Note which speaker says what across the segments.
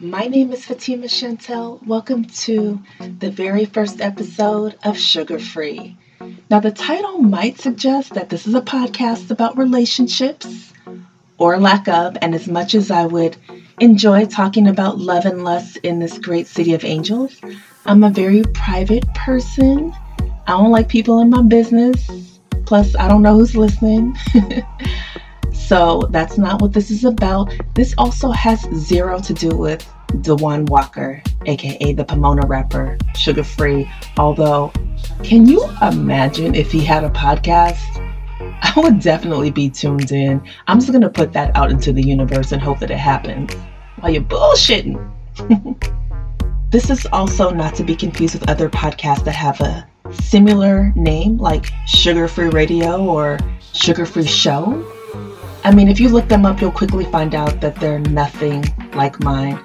Speaker 1: My name is Fatima Chantel. Welcome to the very first episode of Sugar Free. Now, the title might suggest that this is a podcast about relationships or lack of, and as much as I would enjoy talking about love and lust in this great city of angels, I'm a very private person. I don't like people in my business. Plus, I don't know who's listening. so, that's not what this is about. This also has zero to do with Dewan Walker, aka the Pomona rapper, Sugar Free. Although, can you imagine if he had a podcast? I would definitely be tuned in. I'm just gonna put that out into the universe and hope that it happens while you're bullshitting. this is also not to be confused with other podcasts that have a similar name, like Sugar Free Radio or Sugar Free Show. I mean, if you look them up, you'll quickly find out that they're nothing like mine.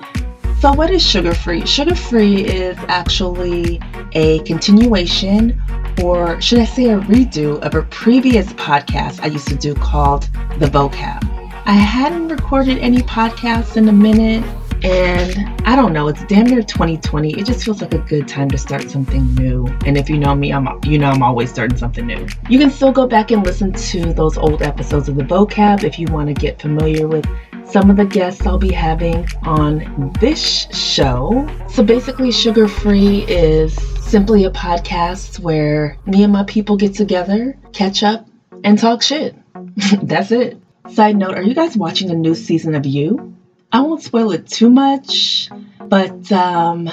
Speaker 1: So, what is sugar free? Sugar free is actually a continuation, or should I say a redo, of a previous podcast I used to do called The Vocab. I hadn't recorded any podcasts in a minute, and I don't know, it's damn near 2020. It just feels like a good time to start something new. And if you know me, I'm you know I'm always starting something new. You can still go back and listen to those old episodes of The Vocab if you want to get familiar with some of the guests I'll be having on this show. So basically, Sugar Free is simply a podcast where me and my people get together, catch up, and talk shit. That's it. Side note Are you guys watching a new season of You? I won't spoil it too much, but um,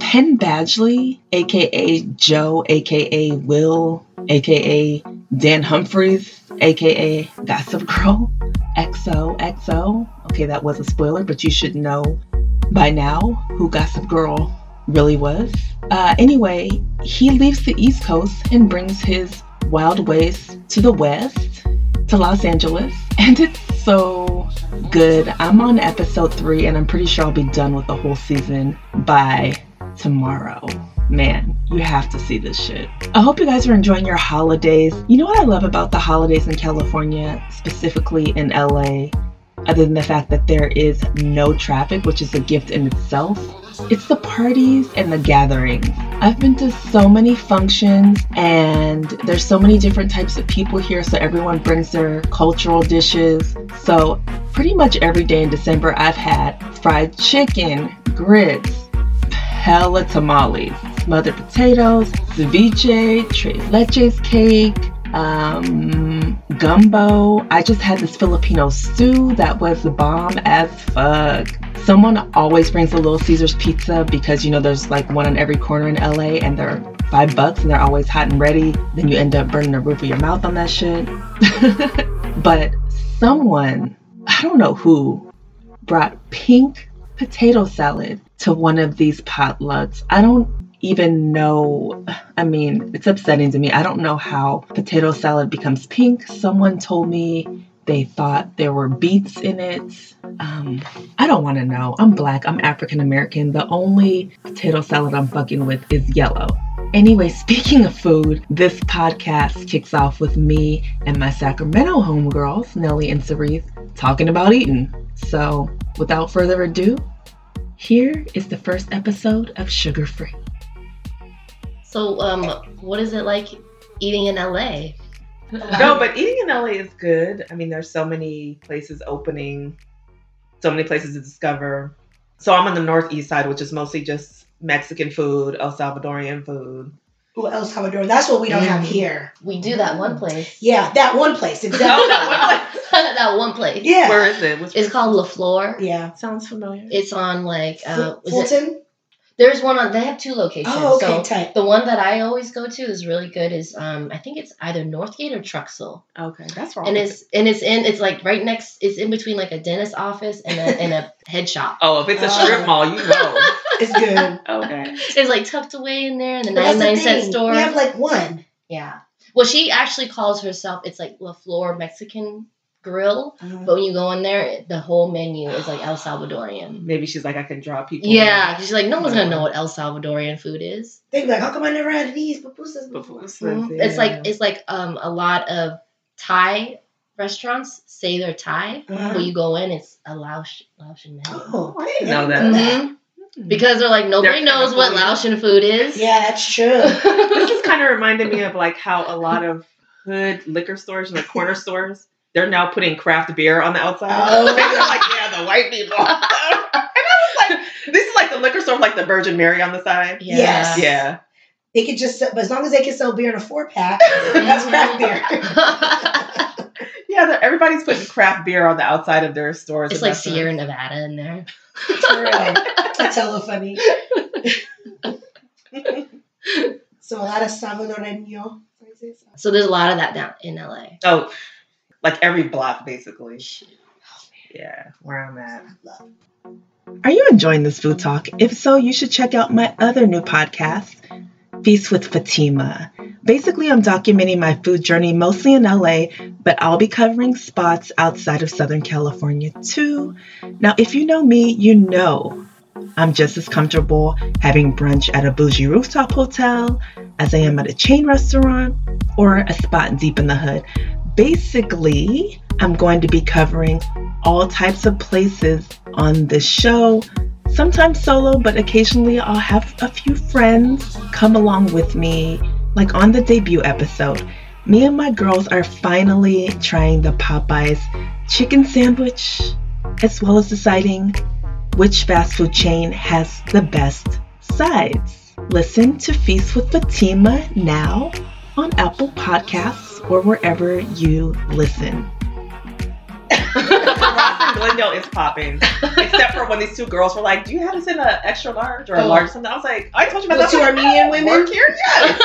Speaker 1: Penn Badgley, aka Joe, aka Will, aka Dan Humphreys, aka Gossip Girl, XO XO. Okay, that was a spoiler, but you should know by now who Gossip Girl really was. Uh, anyway, he leaves the East Coast and brings his wild ways to the West, to Los Angeles, and it's so good. I'm on episode three, and I'm pretty sure I'll be done with the whole season by tomorrow. Man, you have to see this shit. I hope you guys are enjoying your holidays. You know what I love about the holidays in California, specifically in LA, other than the fact that there is no traffic, which is a gift in itself? It's the parties and the gatherings. I've been to so many functions, and there's so many different types of people here, so everyone brings their cultural dishes. So, pretty much every day in December, I've had fried chicken, grits, hella tamales, smothered potatoes, ceviche, tres leches cake, um, gumbo. I just had this Filipino stew that was the bomb as fuck. Someone always brings a Little Caesars pizza because you know there's like one on every corner in LA and they're five bucks and they're always hot and ready. Then you end up burning the roof of your mouth on that shit. but someone, I don't know who, brought pink potato salad to one of these potlucks. I don't even know. I mean, it's upsetting to me. I don't know how potato salad becomes pink. Someone told me they thought there were beets in it. Um, I don't want to know. I'm black, I'm African American. The only potato salad I'm fucking with is yellow. Anyway, speaking of food, this podcast kicks off with me and my Sacramento homegirls, Nellie and Cerise, talking about eating. So, without further ado, here is the first episode of Sugar Free.
Speaker 2: So, um, what is it like eating in LA?
Speaker 3: No, but eating in LA is good. I mean, there's so many places opening, so many places to discover. So I'm on the northeast side, which is mostly just Mexican food, El Salvadorian food.
Speaker 4: Ooh, El Salvador. That's what we don't have here.
Speaker 2: We do that one place.
Speaker 4: Yeah, that one place. Exactly.
Speaker 3: Oh, that one
Speaker 2: that one place.
Speaker 4: Yeah.
Speaker 3: Where is it? What's
Speaker 2: It's called La Fleur.
Speaker 4: yeah.
Speaker 3: sounds familiar.
Speaker 2: It's on like uh, is it-
Speaker 4: Fulton?
Speaker 2: there's one on. They have two locations.
Speaker 4: Oh, okay,
Speaker 2: So
Speaker 4: tight.
Speaker 2: the one that I always go to is really good. Is um I think it's either Northgate or Truxell,
Speaker 3: Okay, that's wrong.
Speaker 2: and it's and it's in it's like right next. It's in between like a dentist office and a and a head shop.
Speaker 3: oh, if it's a
Speaker 4: Oh.
Speaker 3: strip mall, you know.
Speaker 4: It's good.
Speaker 3: okay.
Speaker 2: It's like tucked away in there in the
Speaker 4: That's
Speaker 2: ninety nine
Speaker 4: the
Speaker 2: cent
Speaker 4: thing.
Speaker 2: store.
Speaker 4: We have like one.
Speaker 2: yeah. Well, she actually calls herself. It's like La Flor Mexican Grill. But when you go in there, the whole menu is like El Salvadorian.
Speaker 3: Maybe she's like, I can draw people.
Speaker 2: Yeah, 'cause she's like, no one's gonna know what El Salvadorian food is.
Speaker 4: They be like, how come I never
Speaker 3: Mm-hmm.
Speaker 4: had these pupusas before?
Speaker 3: Pupusas,
Speaker 2: It's
Speaker 3: yeah.
Speaker 2: like it's like um a lot of Thai restaurants say they're Thai,
Speaker 4: Uh-huh.
Speaker 2: when you go in, it's a Laos Laotian menu.
Speaker 4: Oh, Hmm.
Speaker 3: I didn't know that.
Speaker 2: Mhm. Because they're like nobody
Speaker 3: They're
Speaker 2: knows what
Speaker 3: kinda
Speaker 2: Laotian food is.
Speaker 4: Yeah, that's true.
Speaker 3: this is kind of reminded me of like how a lot of hood liquor stores and the corner stores they're now putting craft beer on the outside.
Speaker 4: Oh.
Speaker 3: They're like, yeah, the white people. and I was like, this is like the liquor store, with, like the Virgin Mary on the side.
Speaker 4: Yes.
Speaker 3: Yeah,
Speaker 4: They could just, sell, but as long as they can sell beer in a four pack, that's
Speaker 3: Mm-hmm.
Speaker 4: craft beer.
Speaker 3: yeah. they're- Everybody's putting craft beer on the outside of their stores.
Speaker 2: it's
Speaker 3: and
Speaker 2: like
Speaker 3: restaurants.
Speaker 2: Sierra Nevada in there.
Speaker 4: For real. That's hella funny. so a lot of salvadoreño. phrases.
Speaker 2: So there's a lot of that down in LA.
Speaker 3: Oh, like every block basically. Oh, Yeah, where I'm at.
Speaker 1: Are you enjoying this food talk? If so, you should check out my other new podcast, Feast with Fatima. Basically, I'm documenting my food journey mostly in LA, but I'll be covering spots outside of Southern California too. Now, if you know me, you know I'm just as comfortable having brunch at a bougie rooftop hotel as I am at a chain restaurant or a spot deep in the hood. Basically, I'm going to be covering all types of places on this show, sometimes solo, but occasionally I'll have a few friends come along with me, like on the debut episode. Me and my girls are finally trying the Popeyes chicken sandwich, as well as deciding which fast food chain has the best sides. Listen to Feast with Fatima now on Apple Podcasts or wherever you listen.
Speaker 3: Ross and Glendale is popping, except for when these two girls were like, "Do you have us in an extra large or a
Speaker 2: Oh.
Speaker 3: large something?" I was like, "I told you about
Speaker 4: The
Speaker 3: that."
Speaker 4: two Armenian women?
Speaker 3: work here. Yes.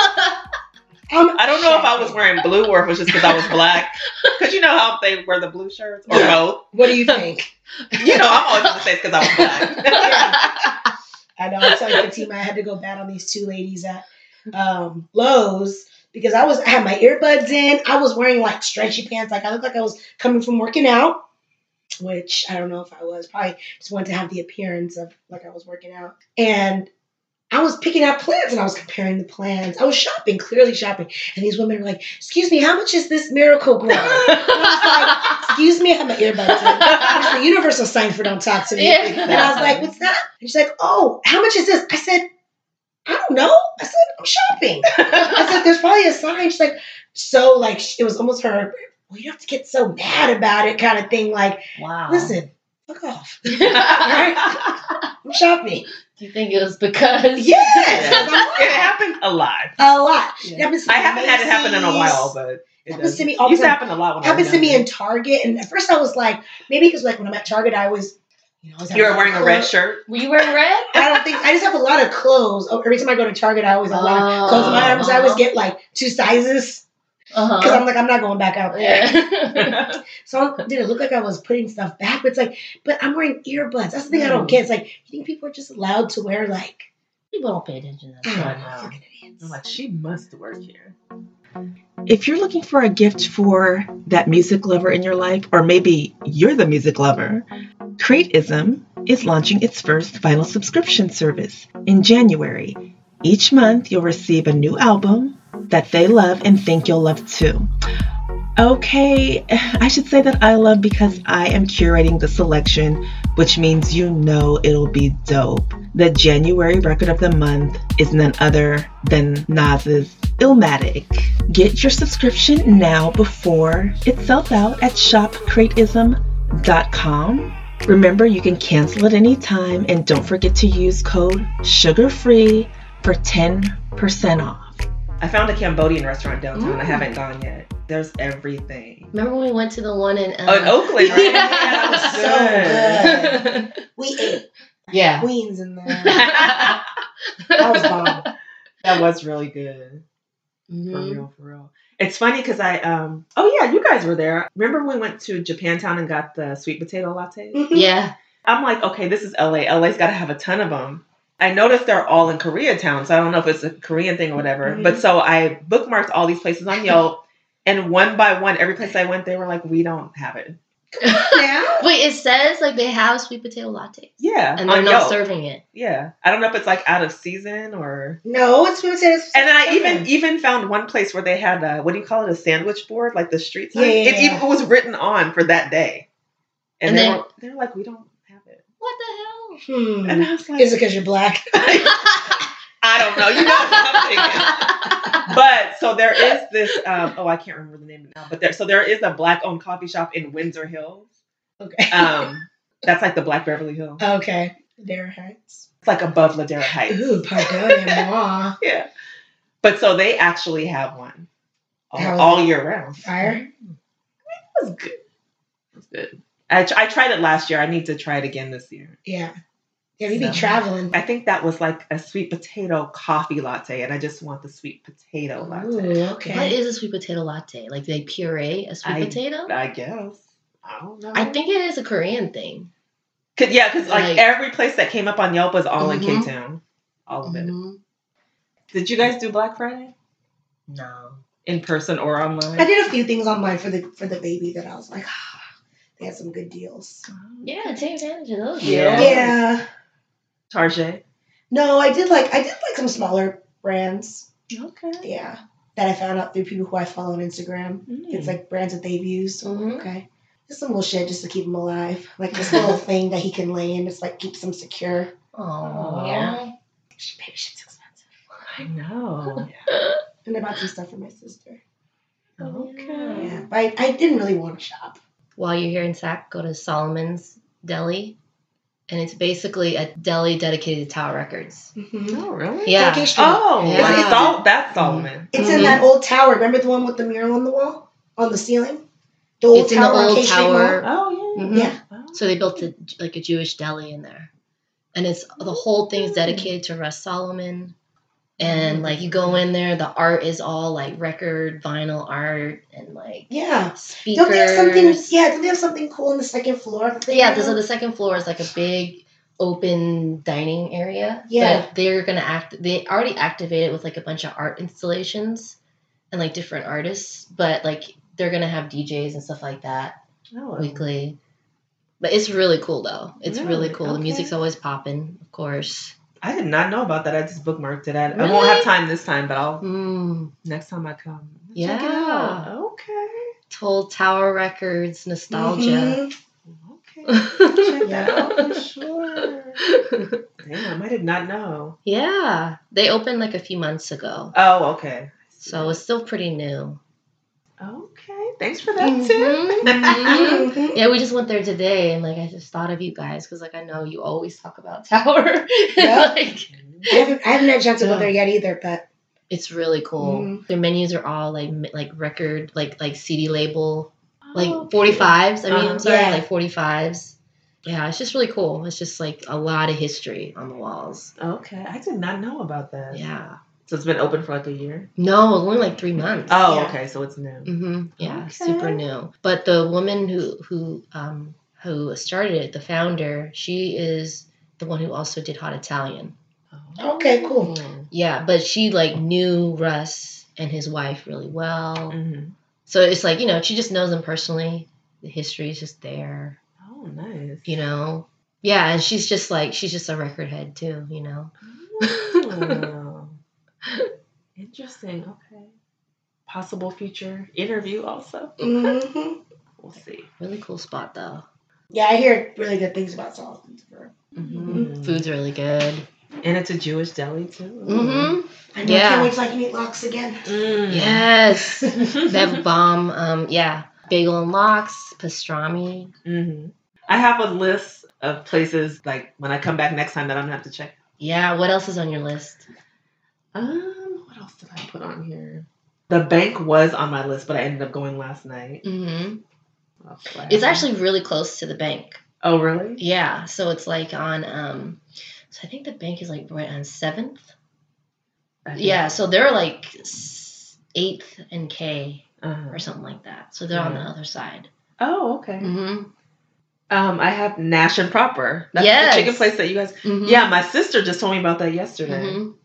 Speaker 4: Um,
Speaker 3: I don't know if I was wearing blue or if it was just because I was black. Because you know how they wear the blue shirts or
Speaker 4: Yeah.
Speaker 3: both.
Speaker 4: What do you think?
Speaker 3: You know, I'm always gonna say it's because I was black.
Speaker 4: Yeah. I know. I'm telling Fatima, I had to go bat on these two ladies at um, Lowe's because I was I had my earbuds in. I was wearing like stretchy pants. Like I looked like I was coming from working out, which I don't know if I was. Probably just wanted to have the appearance of like I was working out. And I was picking out plans and I was comparing the plans. I was shopping, clearly shopping. And these women were like, "Excuse me, how much is this miracle grow?" Excuse me, I have my earbuds in. It's the universal sign for don't talk to me.
Speaker 2: Yeah.
Speaker 4: And I was like, what's that? And she's like, oh, how much is this? I said, I don't know. I said, I'm shopping. I said, there's probably a sign. She's like, so like, sh- it was almost her, well, you don't have to get so mad about it kind of thing. Like,
Speaker 2: wow.
Speaker 4: listen, fuck off.
Speaker 2: Do
Speaker 4: I'm shopping.
Speaker 2: you think it was because
Speaker 4: Yes.
Speaker 3: it happened a lot.
Speaker 4: A lot. It
Speaker 2: Yeah.
Speaker 4: happens to
Speaker 3: I
Speaker 4: me at
Speaker 3: haven't had it happen in a
Speaker 4: Macy's.
Speaker 3: while, but it
Speaker 4: Happens
Speaker 3: does.
Speaker 4: to me all the
Speaker 3: used to
Speaker 4: time.
Speaker 3: happen a lot. When I was
Speaker 4: happens to me in
Speaker 3: younger.
Speaker 4: Target. And at first I was like, maybe because like when I'm at Target, I always, you know, I was at
Speaker 3: You were
Speaker 4: my
Speaker 3: wearing a
Speaker 4: club.
Speaker 3: red shirt.
Speaker 2: Were you wearing red?
Speaker 4: I don't think I just have a lot of clothes. Oh, Every time I go to Target, I always have a lot of clothes in my arms. I always get like two sizes because
Speaker 2: Uh-huh.
Speaker 4: I'm like I'm not going back out there.
Speaker 2: Yeah.
Speaker 4: So did it look like I was putting stuff back? But it's like, but I'm wearing earbuds. That's the thing I don't get. It's like you think people are just allowed to wear like
Speaker 2: People don't pay attention to that.
Speaker 4: I don't
Speaker 2: stuff.
Speaker 4: know,
Speaker 3: know.
Speaker 4: fucking idiots.
Speaker 3: I'm like, she must work here.
Speaker 1: If you're looking for a gift for that music lover in your life, or maybe you're the music lover, Crateism is launching its first vinyl subscription service in January. Each month, you'll receive a new album that they love and think you'll love too. Okay, I should say that I love because I am curating the selection, which means you know it'll be dope. The January record of the month is none other than Nas's Illmatic. Get your subscription now before it sells out at shopcrateism.com. Remember, you can cancel at any time and don't forget to use code SUGARFREE for 10% off.
Speaker 3: I found a Cambodian restaurant downtown. I
Speaker 2: Mm.
Speaker 3: haven't gone yet. There's everything.
Speaker 2: Remember when we went to the one in
Speaker 3: Oh, in
Speaker 2: uh,
Speaker 3: Oakland, right?
Speaker 2: Yeah.
Speaker 3: that was
Speaker 4: So good. We ate
Speaker 2: yeah.
Speaker 4: queens in there. Mm-hmm. That was bomb.
Speaker 3: That was really good. For
Speaker 2: Mhm.
Speaker 3: real, for real. It's funny because I um oh yeah, you guys were there. Remember when we went to Japantown and got the sweet potato latte?
Speaker 2: Mm-hmm. Yeah.
Speaker 3: I'm like, okay, this is LA. LA's got to have a ton of them. I noticed they're all in Koreatown, so I don't know if it's a Korean thing or whatever.
Speaker 2: Mm-hmm.
Speaker 4: Mhm.
Speaker 3: But so I bookmarked all these places on Yelp, and one by one, every place I went, they were like, we don't have it.
Speaker 4: Come on now.
Speaker 2: Wait, it says like they have sweet potato lattes,
Speaker 3: Yeah.
Speaker 2: and they're
Speaker 3: on
Speaker 2: not
Speaker 3: Yelp.
Speaker 2: serving it.
Speaker 3: Yeah. I don't know if it's like out of season or.
Speaker 4: No, it's sweet potatoes.
Speaker 3: And then I even
Speaker 4: Okay.
Speaker 3: even found one place where they had a what do you call it a sandwich board like the street sign.
Speaker 4: Yeah, yeah,
Speaker 3: It
Speaker 4: yeah.
Speaker 3: even it was written on for that day, and,
Speaker 2: And
Speaker 3: they
Speaker 2: then-
Speaker 3: were they're like we don't have it.
Speaker 2: What the hell?
Speaker 4: Hmm.
Speaker 3: And I was like,
Speaker 4: Is it because you're black?
Speaker 3: I don't know. You know what I'm thinking. but so there is this um, oh i can't remember the name now but there so there is a black owned coffee shop in windsor hills
Speaker 4: Okay.
Speaker 3: um that's like the black beverly Hills.
Speaker 4: okay. Dara Heights.
Speaker 3: it's like above ladera heights
Speaker 4: Ooh, pardon moi.
Speaker 3: yeah but so they actually have one
Speaker 4: How is
Speaker 3: all, all year round
Speaker 4: Fire.
Speaker 3: it was good it was good I, tr- I tried it last year i need to try it again this year
Speaker 4: Yeah. Yeah, we be
Speaker 3: So-
Speaker 4: traveling.
Speaker 3: i think that was like a sweet potato coffee latte and i just want the sweet potato latte
Speaker 4: Ooh,
Speaker 2: What
Speaker 4: okay.
Speaker 2: is a sweet potato latte? Like they puree a sweet
Speaker 3: I-
Speaker 2: potato?
Speaker 3: i guess i don't know
Speaker 2: I think it is a Korean thing.
Speaker 3: Cause, yeah, because like,
Speaker 2: Like-
Speaker 3: every place that came up on Yelp was all in
Speaker 2: Mhm.
Speaker 3: K Town. All of it.
Speaker 2: Mhm.
Speaker 3: Did you guys do Black Friday?
Speaker 2: No.
Speaker 3: In person or
Speaker 4: I
Speaker 3: online?
Speaker 4: did a few things online for the for the baby that I was like, ah, they had some good deals.
Speaker 2: Yeah, take advantage of those.
Speaker 3: Yeah.
Speaker 2: girls.
Speaker 4: Yeah.
Speaker 3: Target.
Speaker 4: No, I did like I did like some smaller brands.
Speaker 3: Okay.
Speaker 4: Yeah. That I found out through people who I follow on Instagram.
Speaker 1: Hmm.
Speaker 4: It's like brands that they've used.
Speaker 2: Mhm.
Speaker 4: Okay. Just some little shit just to keep him alive. Like this little thing that he can lay in. It's like keeps him secure.
Speaker 2: Aw.
Speaker 4: Yeah. Sh- Baby shit's expensive.
Speaker 3: I know.
Speaker 4: And I bought some stuff for my sister.
Speaker 3: okay.
Speaker 4: Yeah. But I, I didn't really want to shop.
Speaker 2: While you're here in SAC, go to Solomon's Deli. And it's basically a deli dedicated to Tower Records.
Speaker 4: Mm-hmm.
Speaker 3: Oh, really?
Speaker 2: Yeah.
Speaker 4: Turkish food.
Speaker 3: Oh,
Speaker 2: Yeah.
Speaker 3: it's- it's all, that's Solomon.
Speaker 4: It's
Speaker 2: Mm-hmm.
Speaker 4: in that old tower. Remember the one with the mural on the wall? On the ceiling? The old
Speaker 2: It's in the
Speaker 4: tower. on
Speaker 2: old
Speaker 4: K Street Mall?
Speaker 2: tower.
Speaker 3: Oh, yeah.
Speaker 2: Mhm.
Speaker 4: Yeah.
Speaker 3: Oh.
Speaker 2: So they built a, like a Jewish deli in there, and it's the whole thing is dedicated to Russ Solomon, and like you go in there, the art is all like record vinyl art and like
Speaker 4: Yeah.
Speaker 2: speakers.
Speaker 4: Don't they have something yeah, don't they have something cool on the second floor? that they
Speaker 2: Yeah,
Speaker 4: have?
Speaker 2: so the second floor is like a big open dining area.
Speaker 4: Yeah.
Speaker 2: that they're gonna act. They already activated with like a bunch of art installations, and like different artists, but like they're gonna have DJs and stuff like that
Speaker 3: Oh.
Speaker 2: weekly. But it's really cool though. It's really,
Speaker 3: Really?
Speaker 2: cool. The
Speaker 3: Okay.
Speaker 2: music's always popping, of course.
Speaker 3: I did not know about that. I just bookmarked it. I, I
Speaker 2: Really?
Speaker 3: won't have time this time, but I'll
Speaker 2: Mm.
Speaker 3: next time I come. Check it out.
Speaker 2: Yeah.
Speaker 3: Okay.
Speaker 2: Told Tower Records nostalgia.
Speaker 4: Mhm.
Speaker 3: Okay. Check that out for sure. Damn, I did not know.
Speaker 2: yeah. They opened like a few months ago.
Speaker 3: Oh, okay.
Speaker 2: So it's still pretty new.
Speaker 3: Okay, thanks for that too.
Speaker 2: Mhm. Mhm.
Speaker 4: Mhm.
Speaker 2: yeah, we just went there today and like I just thought of you guys because like I know you always talk about Tower.
Speaker 4: Yeah.
Speaker 2: like
Speaker 4: I haven't, I haven't had a chance to go
Speaker 2: Yeah.
Speaker 4: there yet either, but
Speaker 2: it's really cool.
Speaker 4: Mhm.
Speaker 3: Mm-hmm.
Speaker 2: Their menus are all like m- like record like like CD label
Speaker 3: Oh,
Speaker 2: like 45s. I mean,
Speaker 3: Uh-huh.
Speaker 2: I'm sorry,
Speaker 4: Yeah.
Speaker 2: like 45s. Yeah, it's just really cool. It's just like a lot of history on the walls.
Speaker 3: Okay, I did not know about that.
Speaker 2: Yeah.
Speaker 3: So it's been open for like a year.
Speaker 2: No, it's only like three months.
Speaker 3: Oh,
Speaker 4: Yeah.
Speaker 3: okay, so it's new.
Speaker 2: hmm Yeah,
Speaker 3: Okay.
Speaker 2: super new. But the woman who who um who started it, the founder, she is the one who also did Hot Italian. Mm-hmm.
Speaker 4: Okay, cool.
Speaker 2: Yeah, but she like knew Russ and his wife really well.
Speaker 3: hmm
Speaker 2: So it's like you know she just knows him personally. The history is just there.
Speaker 3: Oh, nice.
Speaker 2: you know yeah and she's just like she's just a record head too you know
Speaker 3: Oh. Interesting. Okay. Possible future interview also.
Speaker 2: Mm-hmm.
Speaker 4: Mhm.
Speaker 3: We'll see.
Speaker 2: really cool spot though
Speaker 4: Yeah, I hear really good things about Solomon's.
Speaker 3: Mhm.
Speaker 2: Mm-hmm. food's really good
Speaker 3: And it's a Jewish deli too.
Speaker 2: mm-hmm
Speaker 4: I know. I
Speaker 2: Yeah.
Speaker 4: can't wait till I can eat lox again.
Speaker 3: Mm.
Speaker 2: yes they have bomb um yeah bagel and lox pastrami
Speaker 3: hmm I have a list of places like when I come back next time that I'm gonna have to check.
Speaker 2: yeah what else is on your list
Speaker 3: Um, what else did I put on here? The bank was on my list, but I ended up going last night.
Speaker 2: mm-hmm.
Speaker 3: Oh, flat.
Speaker 2: it's actually really close to the bank
Speaker 3: Oh, really?
Speaker 2: yeah so it's like on um so i think the bank is like right on seventh
Speaker 3: I think-
Speaker 2: yeah so they're like s- eighth and k
Speaker 3: Uh-huh.
Speaker 2: or something like that so they're on the
Speaker 3: Yeah.
Speaker 2: other side
Speaker 3: Oh, okay.
Speaker 2: mm-hmm
Speaker 3: Um, I have Nash and Proper. That's
Speaker 2: Yes.
Speaker 3: the chicken place that you guys.
Speaker 2: Mhm.
Speaker 3: Yeah, my sister just told me about that yesterday.
Speaker 2: Mhm.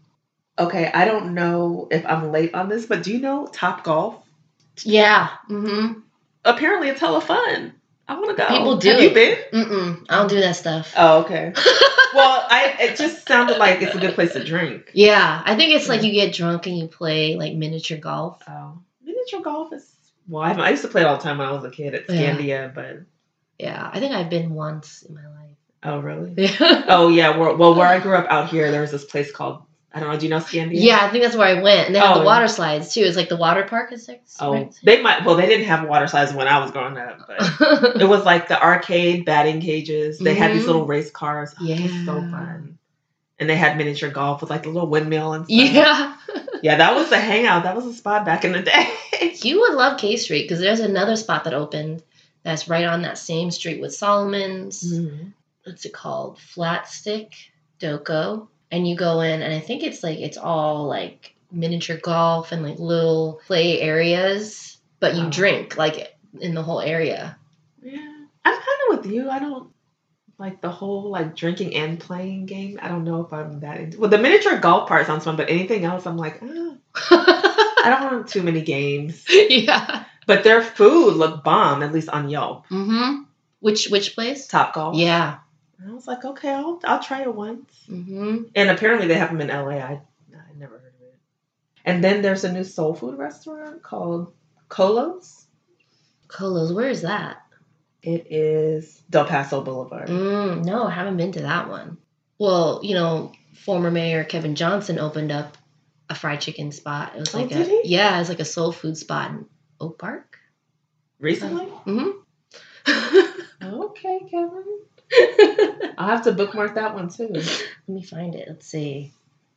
Speaker 3: Okay, I don't know if I'm late on this, but do you know Top Golf?
Speaker 2: Yeah. hmm
Speaker 3: Apparently, it's hella fun. I want to go.
Speaker 2: People do
Speaker 3: Have
Speaker 2: it.
Speaker 3: you been?
Speaker 2: Mm-mm. I don't do that stuff.
Speaker 3: Oh, okay. well, I it just sounded like it's a good place to drink.
Speaker 2: Yeah, I think it's like you get drunk and you play like miniature golf.
Speaker 3: Oh, miniature golf is. Well, I, haven't- I used to play it all the time when I was a kid at
Speaker 2: Yeah.
Speaker 3: Scandia, but
Speaker 2: Yeah, I think I've been once in my life.
Speaker 3: oh really? Oh yeah. Well, well, where I grew up out here, there was this place called I don't know. Do you know Scandia?
Speaker 2: yeah, I think that's where I went. And they have
Speaker 3: Oh.
Speaker 2: the water slides too. It's like the water park is like.
Speaker 3: Oh, they might. Well, they didn't have water slides when I was growing up, but it was like the arcade batting cages. They had these
Speaker 2: Mhm.
Speaker 3: little race cars. Oh, It was so
Speaker 2: Yeah.
Speaker 3: fun. And they had miniature golf with like the little windmill and stuff.
Speaker 2: yeah.
Speaker 3: Yeah, that was the hangout. That was a spot back in the day.
Speaker 2: You would love K Street because there's another spot that opened that's right on that same street with Solomon's.
Speaker 3: Mm-hmm.
Speaker 2: What's it called? Flat Stick Doko. And you go in, and I think it's like it's all like miniature golf and like little play areas, but you
Speaker 3: Oh.
Speaker 2: drink like in the whole area.
Speaker 3: Yeah. I'm kind of with you. I don't like the whole like drinking and playing game. I don't know if I'm that into Well, the miniature golf part sounds fun, but anything else, I'm like, "Ah, I don't want too many games.
Speaker 2: yeah.
Speaker 3: But their food looked bomb, at least on Yelp.
Speaker 2: Mm-hmm. Which which place?
Speaker 3: Top Golf.
Speaker 2: Yeah.
Speaker 3: And I was like, okay, I'll, I'll try it once.
Speaker 2: Mm-hmm.
Speaker 3: And apparently they have them in LA. I, I never heard of it. And then there's a new soul food restaurant called Colos.
Speaker 2: Colos. Where is that?
Speaker 3: It is Del Paso Boulevard.
Speaker 2: Mm, no, I haven't been to that one. Well, you know, former mayor Kevin Johnson opened up a fried chicken spot. It was
Speaker 3: Oh,
Speaker 2: like a
Speaker 3: did he?
Speaker 2: yeah, it was like a soul food spot in Oak Park.
Speaker 3: Recently?
Speaker 2: Let
Speaker 3: Okay, Kevin. I'll have to bookmark that one too.
Speaker 2: me find it. Let's see.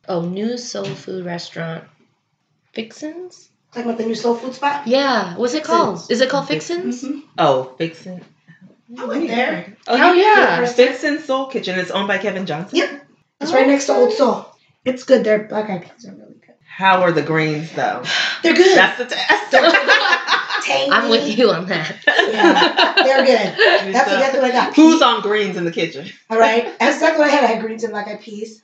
Speaker 2: Oh, new soul food restaurant, Fixins.
Speaker 4: Talking about the new soul food spot.
Speaker 2: Yeah, what's it called? Is it called Fixins?
Speaker 4: Mhm.
Speaker 3: Oh, Fixin.
Speaker 4: I went there.
Speaker 3: Oh,
Speaker 2: How
Speaker 3: yeah.
Speaker 4: was it?
Speaker 3: Fixin Soul Kitchen. It's owned by Kevin Johnson.
Speaker 4: Yep. It's right next to Old Soul. It's good. Their black eyed peas are really good.
Speaker 3: How are the greens though?
Speaker 4: They're good.
Speaker 3: That's the test.
Speaker 4: Tangy.
Speaker 2: I'm with you on that.
Speaker 4: Yeah, they're good. That's exactly what I got.
Speaker 3: Who's on greens in the kitchen?
Speaker 4: All right. That's exactly what I had. I had greens and black eyed peas.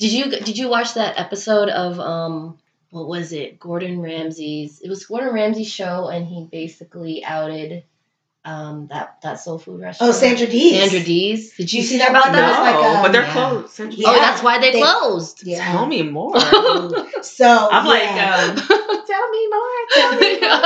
Speaker 2: Did you did you watch that episode of um what was it? Gordon Ramsay's. It was Gordon Ramsay's show, and he basically outed um that that soul food
Speaker 4: Oh,
Speaker 2: restaurant.
Speaker 4: Sandra Dees.
Speaker 2: Sandra Dees. Did you
Speaker 4: You
Speaker 2: see
Speaker 4: see that
Speaker 2: that about
Speaker 4: one?
Speaker 2: that?
Speaker 4: was like, um,
Speaker 3: but they're
Speaker 2: yeah.
Speaker 3: closed.
Speaker 2: Oh,
Speaker 4: Yeah.
Speaker 2: that's why they,
Speaker 4: They-
Speaker 2: closed.
Speaker 3: Tell
Speaker 4: Yeah.
Speaker 3: me more.
Speaker 4: So
Speaker 3: I'm like,
Speaker 4: yeah.
Speaker 3: um, tell me more. Tell me more.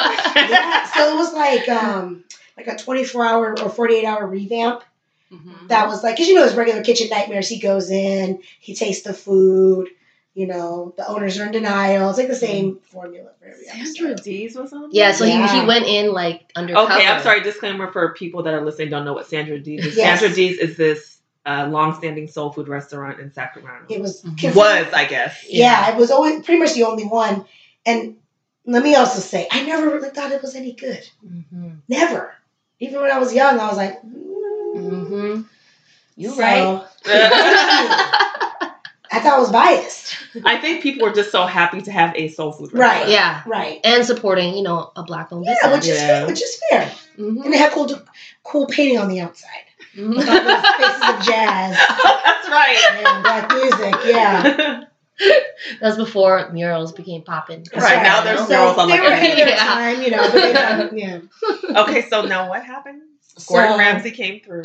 Speaker 4: Yeah, so it was like um like a 24 hour or 48 hour revamp
Speaker 3: Mm-hmm.
Speaker 4: that was like because you know his regular kitchen nightmares he goes in he tastes the food you know the owners are in denial it's like the same formula for every
Speaker 3: Mm-hmm. Sandra
Speaker 4: episode
Speaker 3: Dees was on.
Speaker 2: Yeah, so
Speaker 4: Yeah.
Speaker 2: He, he went in like undercover.
Speaker 3: Okay, I'm sorry. Disclaimer for people that are listening don't know what Sandra Dees is.
Speaker 4: Yes.
Speaker 3: Sandra Dees is this uh, long-standing soul food restaurant in Sacramento.
Speaker 4: it was
Speaker 2: Mhm.
Speaker 4: considered-
Speaker 3: Mm-hmm. Was I guess?
Speaker 4: yeah it was always pretty much the only one and let me also say i never really thought it was any good
Speaker 2: Mm-hmm.
Speaker 4: never even when i was young i was like mm.
Speaker 2: Mm-hmm. You're
Speaker 4: So,
Speaker 2: right.
Speaker 4: I thought I was biased.
Speaker 3: I think people were just so happy to have a soul food
Speaker 4: Right.
Speaker 3: restaurant.
Speaker 2: Yeah,
Speaker 4: Right.
Speaker 2: and supporting you know a black owned
Speaker 4: Yeah, which
Speaker 2: business.
Speaker 4: is
Speaker 3: Yeah.
Speaker 4: which is fair. And
Speaker 2: Mhm.
Speaker 4: they have cool, cool painting on the outside. With all those
Speaker 2: Mhm.
Speaker 4: faces of jazz
Speaker 3: That's right.
Speaker 4: and black music. Yeah.
Speaker 2: That's before murals became popping.
Speaker 3: Right, now
Speaker 4: they're
Speaker 3: there's
Speaker 4: so
Speaker 3: murals on,
Speaker 4: they
Speaker 3: like,
Speaker 4: were ahead of their
Speaker 2: Yeah.
Speaker 4: time, you know. But they got, yeah.
Speaker 3: okay, so now what happened? Gordon
Speaker 4: So-
Speaker 3: Ramsay came through.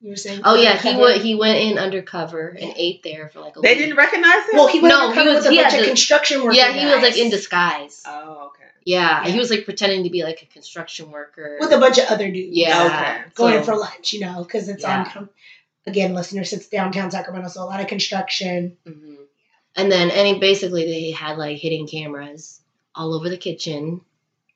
Speaker 4: You were saying.
Speaker 2: Oh yeah, he
Speaker 4: Undercover?
Speaker 2: went. He went in undercover and ate there for like a
Speaker 3: They
Speaker 2: week.
Speaker 3: didn't recognize him.
Speaker 4: Well, he went
Speaker 2: No,
Speaker 4: undercover
Speaker 2: he was-
Speaker 4: with a
Speaker 2: he
Speaker 4: bunch
Speaker 2: had
Speaker 4: of
Speaker 2: the-
Speaker 4: construction workers.
Speaker 2: Yeah, he was like in disguise.
Speaker 3: oh, okay.
Speaker 2: yeah,
Speaker 4: Yeah.
Speaker 2: he was like pretending to be like a construction worker.
Speaker 4: with a bunch of other dudes.
Speaker 2: yeah,
Speaker 3: Okay.
Speaker 2: so-
Speaker 4: Going for lunch, you know, because it's
Speaker 2: Yeah.
Speaker 4: on on. Again, listeners, it's downtown Sacramento, so a lot of construction.
Speaker 2: Mhm. And then, and he basically they had like hidden cameras all over the kitchen,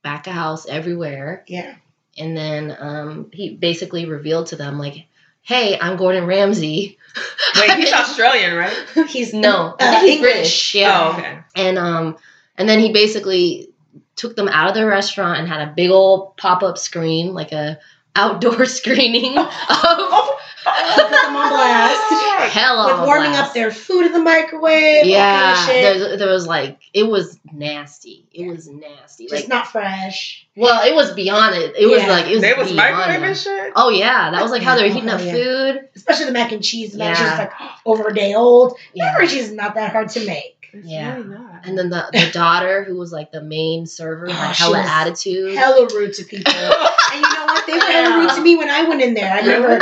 Speaker 2: back of house, everywhere.
Speaker 4: Yeah.
Speaker 2: And then um, he basically revealed to them like, "Hey, I'm Gordon Ramsay."
Speaker 3: Wait, he's Australian, right?
Speaker 4: He's
Speaker 2: No, I
Speaker 4: Uh,
Speaker 2: think he's
Speaker 4: English.
Speaker 2: British. Yeah.
Speaker 3: Oh, okay.
Speaker 2: and um and then he basically took them out of the restaurant and had a big old pop-up screen like a outdoor screening of,
Speaker 3: Oh,
Speaker 4: to put them on blast.
Speaker 2: Hell on
Speaker 4: With warming
Speaker 2: Oh, blast.
Speaker 4: up their food in the microwave. all
Speaker 2: Yeah,
Speaker 4: kind of shit.
Speaker 2: There, there was like it was nasty. It was nasty.
Speaker 4: just
Speaker 2: Like
Speaker 4: not fresh.
Speaker 2: well, it was beyond it. It was
Speaker 4: Yeah.
Speaker 2: like it was.
Speaker 3: They was
Speaker 2: beyond
Speaker 3: microwaving
Speaker 2: it.
Speaker 3: shit.
Speaker 2: Oh yeah, that was like how they were heating
Speaker 4: Oh,
Speaker 2: up
Speaker 4: yeah.
Speaker 2: food.
Speaker 4: Especially the mac and cheese. The mac and cheese is
Speaker 2: Yeah.
Speaker 4: like over a day old. Mac
Speaker 2: Yeah.
Speaker 4: and cheese is not that hard to make.
Speaker 3: It's
Speaker 2: Yeah.
Speaker 3: really not.
Speaker 2: And then the, the daughter who was like the main server,
Speaker 4: Oh,
Speaker 2: had
Speaker 4: she
Speaker 2: hella
Speaker 4: was
Speaker 2: attitude.
Speaker 4: Hella rude to people. And you know what? They were hella rude to me when I went in there. I remember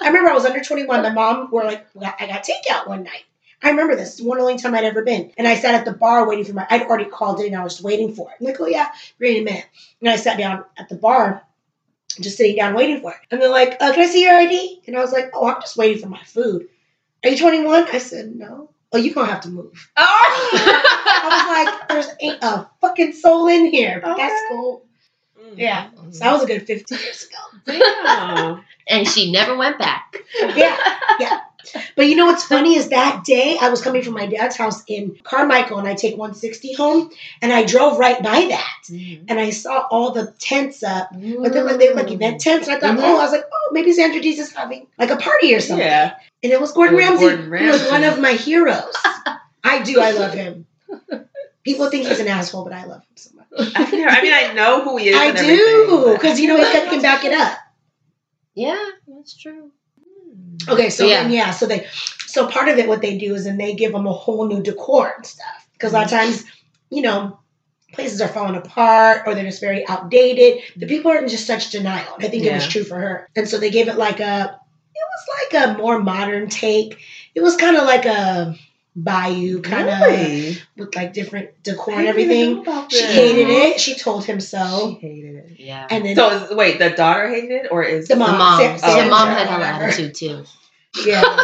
Speaker 4: I remember I was under 21. My mom were like, well, I got takeout one night. I remember this. It's one only time I'd ever been. And I sat at the bar waiting for my, I'd already called in. I was waiting for it. I'm like, oh yeah, wait a minute. And I sat down at the bar, just sitting down waiting for it. And they're like, uh, can I see your ID? And I was like, oh, I'm just waiting for my food. Are you 21? I said, no. Oh, you're going to have to move.
Speaker 3: Oh!
Speaker 4: I was like, there's ain't a fucking soul in here. But that's
Speaker 3: Okay.
Speaker 4: cool.
Speaker 3: Mm.
Speaker 4: Yeah. So that was a good 15 years ago.
Speaker 3: Damn.
Speaker 2: and she never went back.
Speaker 4: Yeah, yeah. But you know what's funny is that day I was coming from my dad's house in Carmichael and I take 160 home and I drove right by that and I saw all the tents up. But then when they were like event tents, and I thought,
Speaker 3: Mhm.
Speaker 4: oh, I was like, oh, maybe Sandra Dees is having like a party or something.
Speaker 3: Yeah.
Speaker 4: And it was Gordon
Speaker 3: It was
Speaker 4: Ramsay,
Speaker 3: Gordon
Speaker 4: who was
Speaker 3: Ramsay.
Speaker 4: one of my heroes. I do, I love him. People think he's an asshole, but I love him so much.
Speaker 3: I've never- I mean, I know who he is.
Speaker 4: I
Speaker 3: and everything,
Speaker 4: do,
Speaker 3: but-
Speaker 4: because you know he can back it up.
Speaker 2: Yeah, that's true.
Speaker 3: Hmm.
Speaker 4: Okay, so
Speaker 2: Yeah.
Speaker 4: then yeah, so they so part of it what they do is then they give them a whole new decor and stuff because a lot of
Speaker 3: Mm-hmm.
Speaker 4: times, you know, places are falling apart or they're just very outdated. The people are in just such denial. And I think it was
Speaker 3: Yeah.
Speaker 4: true for her, and so they gave it like a it was like a more modern take. It was kind of like a bayou kind of
Speaker 3: Really?
Speaker 4: with like different
Speaker 3: I
Speaker 4: decor and
Speaker 3: didn't even know
Speaker 4: everything.
Speaker 3: about
Speaker 4: She
Speaker 3: this.
Speaker 4: hated it. She told him
Speaker 3: She
Speaker 4: so,
Speaker 3: hated it.
Speaker 2: Yeah.
Speaker 4: and then
Speaker 3: So is, wait, the daughter hated it, or is
Speaker 4: The
Speaker 2: the
Speaker 4: mom.
Speaker 2: mom,
Speaker 4: Sam-
Speaker 2: the
Speaker 3: Sandra,
Speaker 2: mom had hella
Speaker 4: whatever.
Speaker 2: attitude too.
Speaker 4: yeah.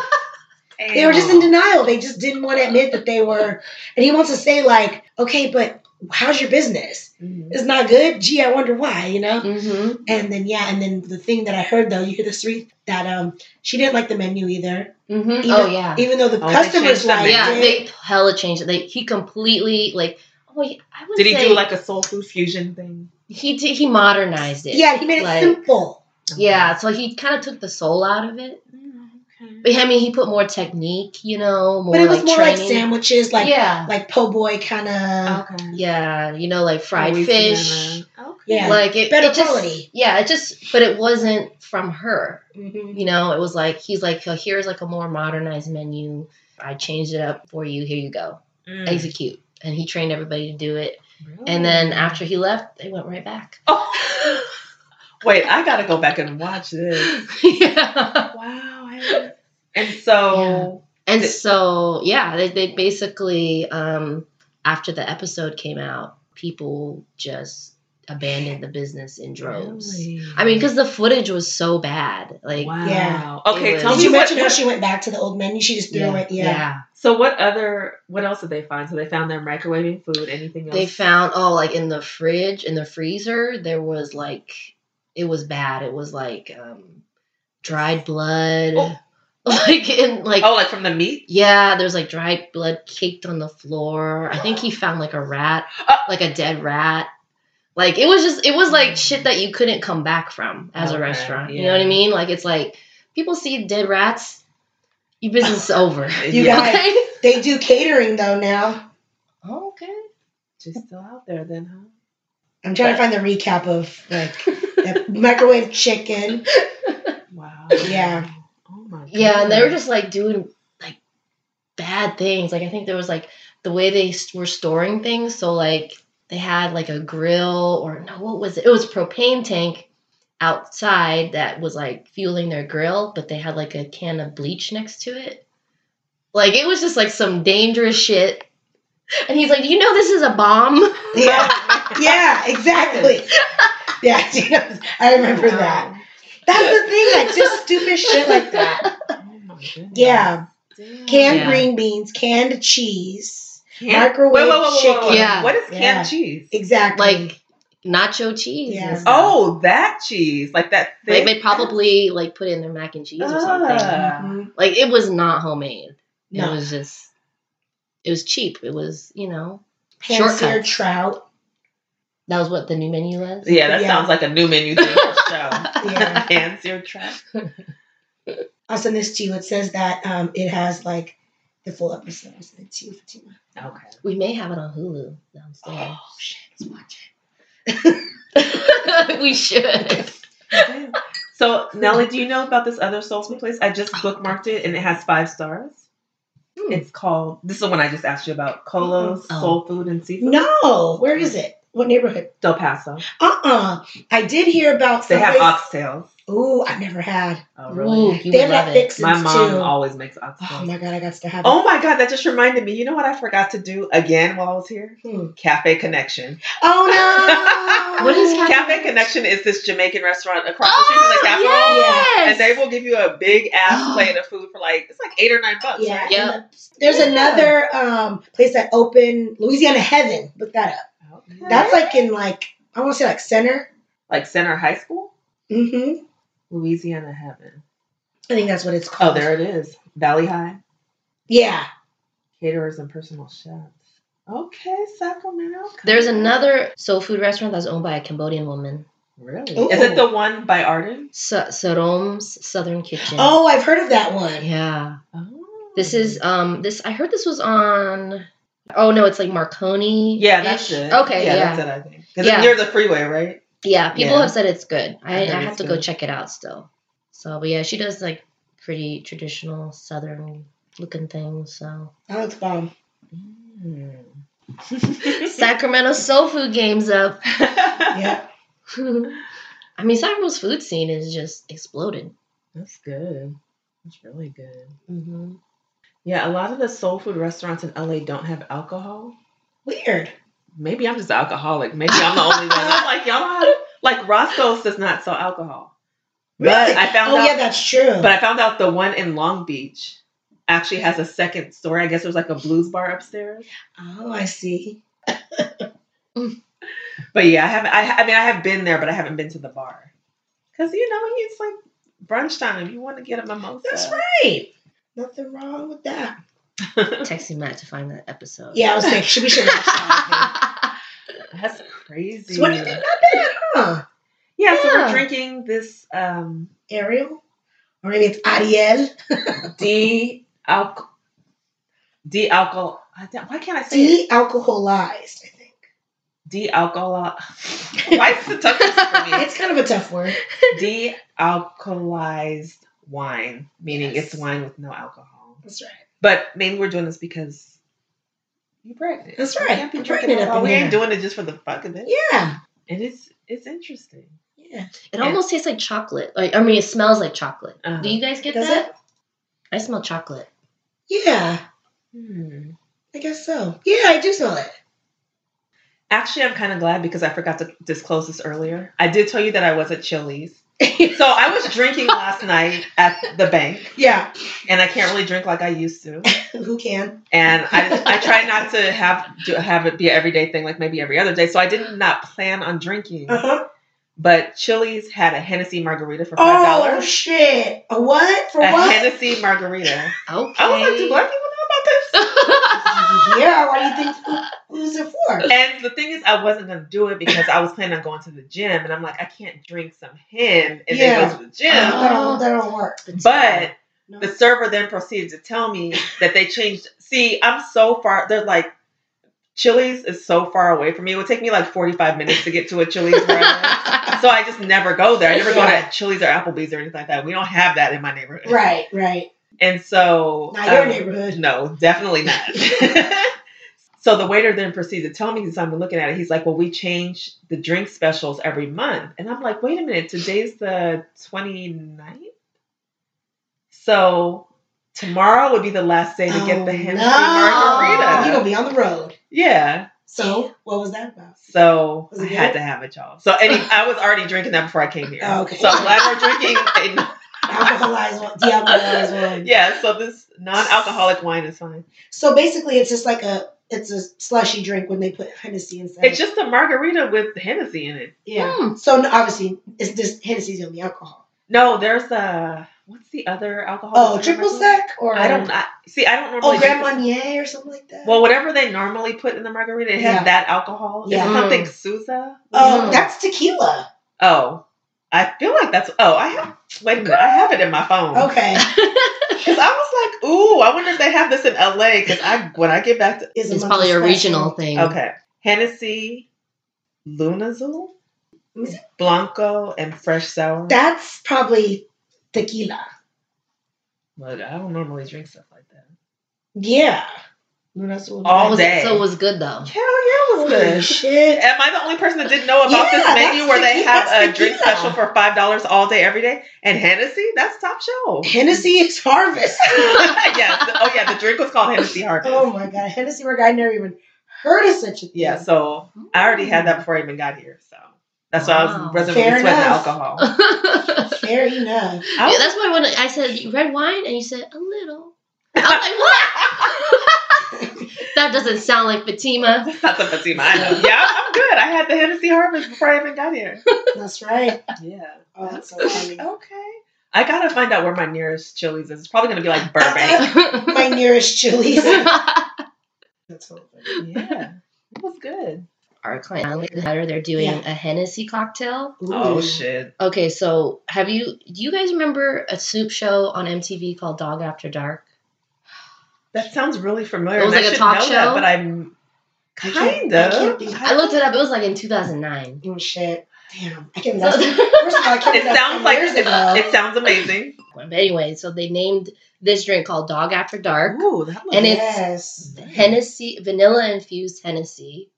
Speaker 4: They were just in denial. They just didn't want to admit that they were. And he wants to say, like, okay, but how's your business?
Speaker 3: Mhm.
Speaker 4: It's not good. Gee, I wonder why, you know?
Speaker 2: Mm-hmm.
Speaker 4: And then, yeah, and then the thing that I heard, though, you hear this three that um she didn't like the menu either,
Speaker 2: Mm-hmm. Oh yeah.
Speaker 4: even though the
Speaker 3: Oh, they
Speaker 4: customers
Speaker 3: changed the
Speaker 4: liked
Speaker 2: yeah,
Speaker 4: it.
Speaker 2: they hella changed it. They he completely like oh yeah, I would
Speaker 3: Did he
Speaker 2: say
Speaker 3: do like a soul food fusion thing?
Speaker 2: he did, he modernized it.
Speaker 4: yeah, he made it
Speaker 2: Like,
Speaker 4: simple.
Speaker 2: Yeah, so he kind of took the soul out of it.
Speaker 3: Okay.
Speaker 2: But I mean, he put more technique, you know, more
Speaker 4: But it was
Speaker 2: like
Speaker 4: more
Speaker 2: training.
Speaker 4: like sandwiches, like
Speaker 2: yeah,
Speaker 4: like po' boy kind of.
Speaker 3: Okay.
Speaker 2: yeah, you know, like fried
Speaker 3: Louisiana.
Speaker 2: fish,
Speaker 3: Okay.
Speaker 4: Yeah.
Speaker 2: like it,
Speaker 4: Better
Speaker 2: it just-
Speaker 4: quality.
Speaker 2: Yeah, it just, but it wasn't from her.
Speaker 4: Mhm.
Speaker 2: You know, it was like he's like, "Oh, here's like a more modernized menu. I changed it up for you. Here you go,
Speaker 3: Mm.
Speaker 2: execute. And he trained everybody to do it.
Speaker 3: Really?
Speaker 2: And then after he left, they went right back.
Speaker 3: Oh. Wait, I gotta go back and watch this.
Speaker 2: yeah.
Speaker 3: Wow. I haven't- And so,
Speaker 2: And
Speaker 3: Th-
Speaker 2: so, yeah, they, they basically, um, after the episode came out, people just abandoned the business in droves.
Speaker 3: Really?
Speaker 2: I mean, because the footage was so bad. Like,
Speaker 3: wow.
Speaker 4: Yeah.
Speaker 3: Okay,
Speaker 2: It
Speaker 3: tell
Speaker 2: was-
Speaker 3: me
Speaker 4: Did you
Speaker 3: what-
Speaker 4: mention how
Speaker 3: what-
Speaker 4: she went back to the old menu? She just threw it. Yeah.
Speaker 3: So what other what else did they find? So they found their microwaving food. Anything else?
Speaker 2: They found, oh, like in the fridge, in the freezer, there was like, it was bad. It was like um, dried blood.
Speaker 3: Oh.
Speaker 2: Like, in, like,
Speaker 3: oh, like from the meat.
Speaker 2: Yeah, there's like dried blood caked on the floor. I think he found like a rat,
Speaker 3: Uh. Mm.
Speaker 2: like a dead rat. Like it was just it was like shit that you couldn't come back from as a
Speaker 3: Okay,
Speaker 2: restaurant. You know what I
Speaker 3: yeah.
Speaker 2: mean? Like it's like people see dead rats, your business is over.
Speaker 4: You
Speaker 3: yeah.
Speaker 4: guys-
Speaker 2: Okay.
Speaker 4: They do catering, though, now.
Speaker 2: Okay.
Speaker 3: She's still out there then, huh?
Speaker 4: I'm trying to find the recap of like the microwave chicken.
Speaker 3: Wow.
Speaker 4: Yeah.
Speaker 3: Oh my.
Speaker 2: Yeah, and they were
Speaker 3: goodness.
Speaker 2: just like doing like bad things. Like I think there was like the way they s- were storing things. So like they had like a grill or no, what was it? It was a propane tank outside that was like fueling their grill, but they had like a can of bleach next to it. Like it was just like some dangerous shit. And he's like, you know, this is a bomb.
Speaker 4: Yeah, yeah, exactly. Yeah, you know, I remember that. That's the thing, like just stupid shit like that.
Speaker 3: Wow. Oh my goodness.
Speaker 4: Yeah,
Speaker 3: Damn.
Speaker 4: canned
Speaker 2: Yeah.
Speaker 4: green beans, canned cheese,
Speaker 3: Canned-
Speaker 4: microwave
Speaker 3: wait, wait, wait, wait, wait,
Speaker 4: chicken.
Speaker 3: wait.
Speaker 2: Yeah.
Speaker 3: What is canned
Speaker 4: Yeah.
Speaker 3: cheese?
Speaker 4: exactly.
Speaker 2: Like nacho cheese.
Speaker 4: Yeah.
Speaker 2: and stuff.
Speaker 3: Oh, that cheese, like that.
Speaker 2: Like
Speaker 3: Thick.
Speaker 2: they probably like put it in their mac and cheese or something.
Speaker 3: Ah.
Speaker 4: Mhm.
Speaker 2: Like it was not homemade.
Speaker 4: no,
Speaker 2: It was just, it was cheap. It was, you know,
Speaker 4: hand seared
Speaker 2: shortcuts.
Speaker 4: trout.
Speaker 2: that was what the new menu was.
Speaker 3: Yeah, that
Speaker 4: Yeah.
Speaker 3: sounds like a new menu thing for show.
Speaker 4: Yeah,
Speaker 3: Canned seared trout.
Speaker 4: I'll send this to you. It says that um, it has like the full episode. I'll send it to you, Fatima.
Speaker 3: Okay.
Speaker 2: We may have it on Hulu downstairs.
Speaker 4: Oh shit, let's watch
Speaker 2: we should.
Speaker 3: So Nelly, do you know about this other soulful place? I just bookmarked it and it has five stars.
Speaker 2: Oh. Hmm.
Speaker 3: It's called this is the one I just asked you about. Colo's
Speaker 2: Oh.
Speaker 3: Soul Food and
Speaker 4: it.
Speaker 3: Seafood.
Speaker 4: No, where is it? What neighborhood?
Speaker 3: Del Paso.
Speaker 4: Uh uh I did hear about.
Speaker 3: They have
Speaker 4: someplace-
Speaker 3: oxtails.
Speaker 4: Ooh, I never had.
Speaker 3: Oh really?
Speaker 2: Ooh, you
Speaker 4: They
Speaker 2: would love
Speaker 4: have that
Speaker 2: it.
Speaker 4: fixins
Speaker 3: My mom
Speaker 4: too.
Speaker 3: always makes
Speaker 4: Oh
Speaker 3: oxtails.
Speaker 4: my god, I got to have.
Speaker 3: Oh my god, that just reminded me. You know what I forgot to do again while I was here?
Speaker 4: It. Hmm.
Speaker 3: Cafe Connection.
Speaker 4: Oh no.
Speaker 2: What is Cafe Oh,
Speaker 3: Cafe Connection is this Jamaican restaurant across the street from the Capitol. And
Speaker 2: Ah, yes!
Speaker 3: they will give you a big ass
Speaker 2: Oh.
Speaker 3: plate of food for like it's like eight or nine bucks,
Speaker 4: Yeah.
Speaker 3: right?
Speaker 2: Yep.
Speaker 4: and the- There's
Speaker 3: Yeah.
Speaker 4: another um, place that opened Louisiana Heaven. Look that up.
Speaker 3: Okay.
Speaker 4: That's like in like I want to say like center.
Speaker 3: like Center High School,
Speaker 4: Mm-hmm.
Speaker 3: Louisiana Heaven.
Speaker 4: I think that's what it's called.
Speaker 3: Oh, there it is. Valley High
Speaker 4: Yeah.
Speaker 3: caterers and personal chefs. Okay, Sacramento.
Speaker 2: There's another soul food restaurant that's owned by a Cambodian woman.
Speaker 3: Really?
Speaker 4: Ooh.
Speaker 3: Is it the one by Arden?
Speaker 2: Sa- Sarom's Southern Kitchen.
Speaker 4: Oh, I've heard of that one.
Speaker 2: yeah.
Speaker 3: Oh.
Speaker 2: This is um this I heard this was on Oh no, it's like Marconi.
Speaker 3: Yeah, that's it.
Speaker 2: Okay,
Speaker 3: yeah,
Speaker 2: yeah.
Speaker 3: that's it. I think because
Speaker 2: Yeah.
Speaker 3: it's near the freeway, right?
Speaker 2: Yeah, people
Speaker 3: Yeah.
Speaker 2: have said it's good.
Speaker 3: I
Speaker 2: I, I
Speaker 3: heard
Speaker 2: have
Speaker 3: it's
Speaker 2: to go
Speaker 3: good.
Speaker 2: check it out still. So, but yeah, she does like pretty traditional southern looking things. So,
Speaker 4: That looks bomb.
Speaker 3: Mm.
Speaker 2: Sacramento soul food games up.
Speaker 4: Yeah.
Speaker 2: I mean, Sacramento's food scene is just exploded.
Speaker 3: that's good. That's really good. Mm-hmm.
Speaker 2: hmm
Speaker 3: Yeah, a lot of the soul food restaurants in LA don't have alcohol.
Speaker 4: Weird.
Speaker 3: Maybe I'm just an alcoholic. Maybe I'm the only one. I'm like y'all don't have like Roscoe's does not sell alcohol.
Speaker 4: Really?
Speaker 3: But I found
Speaker 4: oh
Speaker 3: out
Speaker 4: yeah, that's true.
Speaker 3: But I found out the one in Long Beach actually has a second story. I guess there's like a blues bar upstairs.
Speaker 4: oh, I see.
Speaker 3: But yeah, I haven't. I, I mean, I have been there, but I haven't been to the bar because you know it's like brunch time. If you want to get a mimosa,
Speaker 4: That's right. Nothing wrong with that.
Speaker 2: Texting Matt to find that episode.
Speaker 4: Yeah, I was saying should we should watch that.
Speaker 3: That's
Speaker 4: I
Speaker 3: crazy.
Speaker 4: think. So what do you think about that, huh?
Speaker 3: yeah, so we're
Speaker 2: Yeah.
Speaker 3: drinking this um
Speaker 4: Ariel? Or maybe it's Ariel.
Speaker 3: de alcohol. De alcohol. Why can't I say it?
Speaker 4: De-alcoholized, I think.
Speaker 3: de alcohol? Why is the toughest for me?
Speaker 4: It's kind of a tough word.
Speaker 3: de-alkalized wine, meaning
Speaker 4: Yes.
Speaker 3: it's wine with no alcohol.
Speaker 4: That's right.
Speaker 3: But mainly we're doing this because you're pregnant.
Speaker 4: That's
Speaker 3: You
Speaker 4: right.
Speaker 3: can't be
Speaker 4: I'm
Speaker 3: drinking
Speaker 4: pregnant up
Speaker 3: alcohol.
Speaker 4: in
Speaker 3: We ain't
Speaker 4: here.
Speaker 3: doing it just for the fuck of it.
Speaker 4: Yeah.
Speaker 3: And it's it's interesting.
Speaker 4: Yeah.
Speaker 2: It almost tastes like chocolate. Like I mean, it smells like chocolate.
Speaker 3: Uh-huh.
Speaker 2: Do you guys get
Speaker 4: Does
Speaker 2: that?
Speaker 4: it?
Speaker 2: I smell chocolate.
Speaker 4: Yeah.
Speaker 3: Hmm.
Speaker 4: I guess so. Yeah, I do smell it.
Speaker 3: Actually, I'm kind of glad because I forgot to disclose this earlier. I did tell you that I was at Chili's. So I was drinking last night at the bank,
Speaker 4: yeah.
Speaker 3: and I can't really drink like I used to.
Speaker 4: Who can?
Speaker 3: and I, just- I try not to have to have it be an everyday thing, like maybe every other day. So I did not plan on drinking,
Speaker 4: Uh-huh.
Speaker 3: but Chili's had a Hennessy margarita for five
Speaker 4: Oh
Speaker 3: dollars.
Speaker 4: shit. A what? For
Speaker 3: a
Speaker 4: what?
Speaker 3: Hennessy margarita.
Speaker 2: Okay.
Speaker 3: I was like, do black people know about this?
Speaker 4: yeah, why do you think who, who's it for?
Speaker 3: And the thing is, I wasn't gonna do it because I was planning on going to the gym, and I'm like, I can't drink some hen and
Speaker 4: Yeah.
Speaker 3: then go to the gym.
Speaker 2: Uh-huh.
Speaker 4: that, don't, that don't work.
Speaker 3: But
Speaker 4: No.
Speaker 3: the server then proceeded to tell me that they changed. See, I'm so far. They're like, Chili's is so far away from me. It would take me like 45 minutes to get to a Chili's. Where I live. so I just never go there. I never go
Speaker 4: Yeah.
Speaker 3: to Chili's or Applebee's or anything like that. We don't have that in my neighborhood.
Speaker 4: Right, right.
Speaker 3: And so.
Speaker 4: Not your
Speaker 3: um,
Speaker 4: neighborhood.
Speaker 3: No, definitely not. so the waiter then proceeds to tell me this. I'm looking at it. He's like, well, we change the drink specials every month. And I'm like, wait a minute. Today's the 29th? So tomorrow would be the last day to get the
Speaker 4: Oh,
Speaker 3: Hennessy
Speaker 4: no.
Speaker 3: margarita.
Speaker 4: You're gonna be on the road.
Speaker 3: Yeah.
Speaker 4: So what was that about?
Speaker 3: So
Speaker 4: Was
Speaker 3: I
Speaker 4: it
Speaker 3: had
Speaker 4: good?
Speaker 3: to have it, y'all. So any, I was already drinking that before I came here.
Speaker 4: Oh, okay.
Speaker 3: So I'm glad we're drinking. A,
Speaker 4: Alcoholized one, de-alcoholized one.
Speaker 3: yeah. So this non-alcoholic wine is fine.
Speaker 4: So basically, it's just like a it's a slushy drink when they put Hennessy inside.
Speaker 3: It's just a margarita with Hennessy in it.
Speaker 4: yeah.
Speaker 2: Hmm.
Speaker 4: So no, obviously, it's just Hennessy's the only alcohol.
Speaker 3: No, there's a what's the other alcohol?
Speaker 4: Oh, triple sec or
Speaker 3: I don't I, see. I don't normally.
Speaker 4: Oh, Grand
Speaker 3: drink-
Speaker 4: Marnier or something like that.
Speaker 3: well, whatever they normally put in the margarita, it has
Speaker 4: Yeah.
Speaker 3: that alcohol. It's
Speaker 4: Yeah.
Speaker 3: something
Speaker 2: Mm.
Speaker 3: Sousa.
Speaker 4: oh,
Speaker 2: Mm.
Speaker 4: that's tequila.
Speaker 3: Oh, I feel like that's. Oh, I have. Wait a minute. I have it in my phone.
Speaker 4: Okay.
Speaker 3: Because I was like, ooh, I wonder if they have this in LA. Because I when I get back to
Speaker 2: It's probably a
Speaker 4: special.
Speaker 2: regional thing.
Speaker 3: okay, Hennessy, Lunazul,
Speaker 4: Let me see.
Speaker 3: Blanco, and fresh sour.
Speaker 4: That's probably tequila.
Speaker 3: but I don't normally drink stuff like that.
Speaker 4: Yeah. No, that's what-
Speaker 3: All
Speaker 2: Was
Speaker 3: day.
Speaker 2: it, so it was good though.
Speaker 3: Hell yeah, it was
Speaker 4: Holy
Speaker 3: good.
Speaker 4: shit.
Speaker 3: Am I the only person that didn't know about
Speaker 4: Yeah,
Speaker 3: this menu
Speaker 4: that's
Speaker 3: where they
Speaker 4: tequila-
Speaker 3: have a
Speaker 4: that's
Speaker 3: drink
Speaker 4: tequila.
Speaker 3: special for five dollars all day every day? And Hennessy, that's top shelf.
Speaker 4: Hennessy is harvest.
Speaker 3: yes. Oh yeah, the drink was called Hennessy Harvest.
Speaker 4: oh my god, Hennessy Work. I never even heard of such a thing.
Speaker 3: Yeah, so I already had that before I even got here, so that's why I
Speaker 2: Wow.
Speaker 3: was reserving
Speaker 4: Fair
Speaker 3: sweating
Speaker 4: enough.
Speaker 3: alcohol.
Speaker 2: yeah,
Speaker 4: Fair enough.
Speaker 3: I was-
Speaker 2: that's why when I said red wine and you said a little. I was like, what? that doesn't sound like Fatima.
Speaker 3: That's not the Fatima I know. Yeah, I'm good. I had the Hennessy Harvest before I even got here.
Speaker 4: That's right.
Speaker 3: Yeah.
Speaker 4: Oh, that's so funny.
Speaker 3: Okay. I gotta find out where my nearest Chili's is. It's probably gonna be like Burbank.
Speaker 4: My nearest Chili's. That's so funny.
Speaker 3: yeah. It was good.
Speaker 2: Our client Island Hatter, they're doing
Speaker 4: Yeah.
Speaker 2: a Hennessy cocktail.
Speaker 3: Oh
Speaker 4: Ooh.
Speaker 3: shit.
Speaker 2: Okay, so have you do you guys remember a soup show on MTV called Dog After Dark?
Speaker 3: That sounds really familiar.
Speaker 2: It was
Speaker 3: and
Speaker 2: like
Speaker 3: I
Speaker 2: a
Speaker 3: should
Speaker 2: talk
Speaker 3: know
Speaker 2: show?
Speaker 3: That, but I'm
Speaker 4: I
Speaker 3: kind of.
Speaker 4: can't- I can't think-
Speaker 2: I looked it up. It was like in 2009.
Speaker 4: Oh shit. Damn. I can't
Speaker 2: So-
Speaker 4: that's first of all, I can't
Speaker 3: It
Speaker 4: that's
Speaker 3: sounds
Speaker 4: ten
Speaker 3: like
Speaker 4: years
Speaker 3: it,
Speaker 4: ago.
Speaker 3: it sounds amazing.
Speaker 2: But anyway, so they named this drink called Dog After Dark.
Speaker 3: Ooh, that was
Speaker 2: And it-
Speaker 4: yes.
Speaker 2: Hennessy, vanilla infused Hennessy.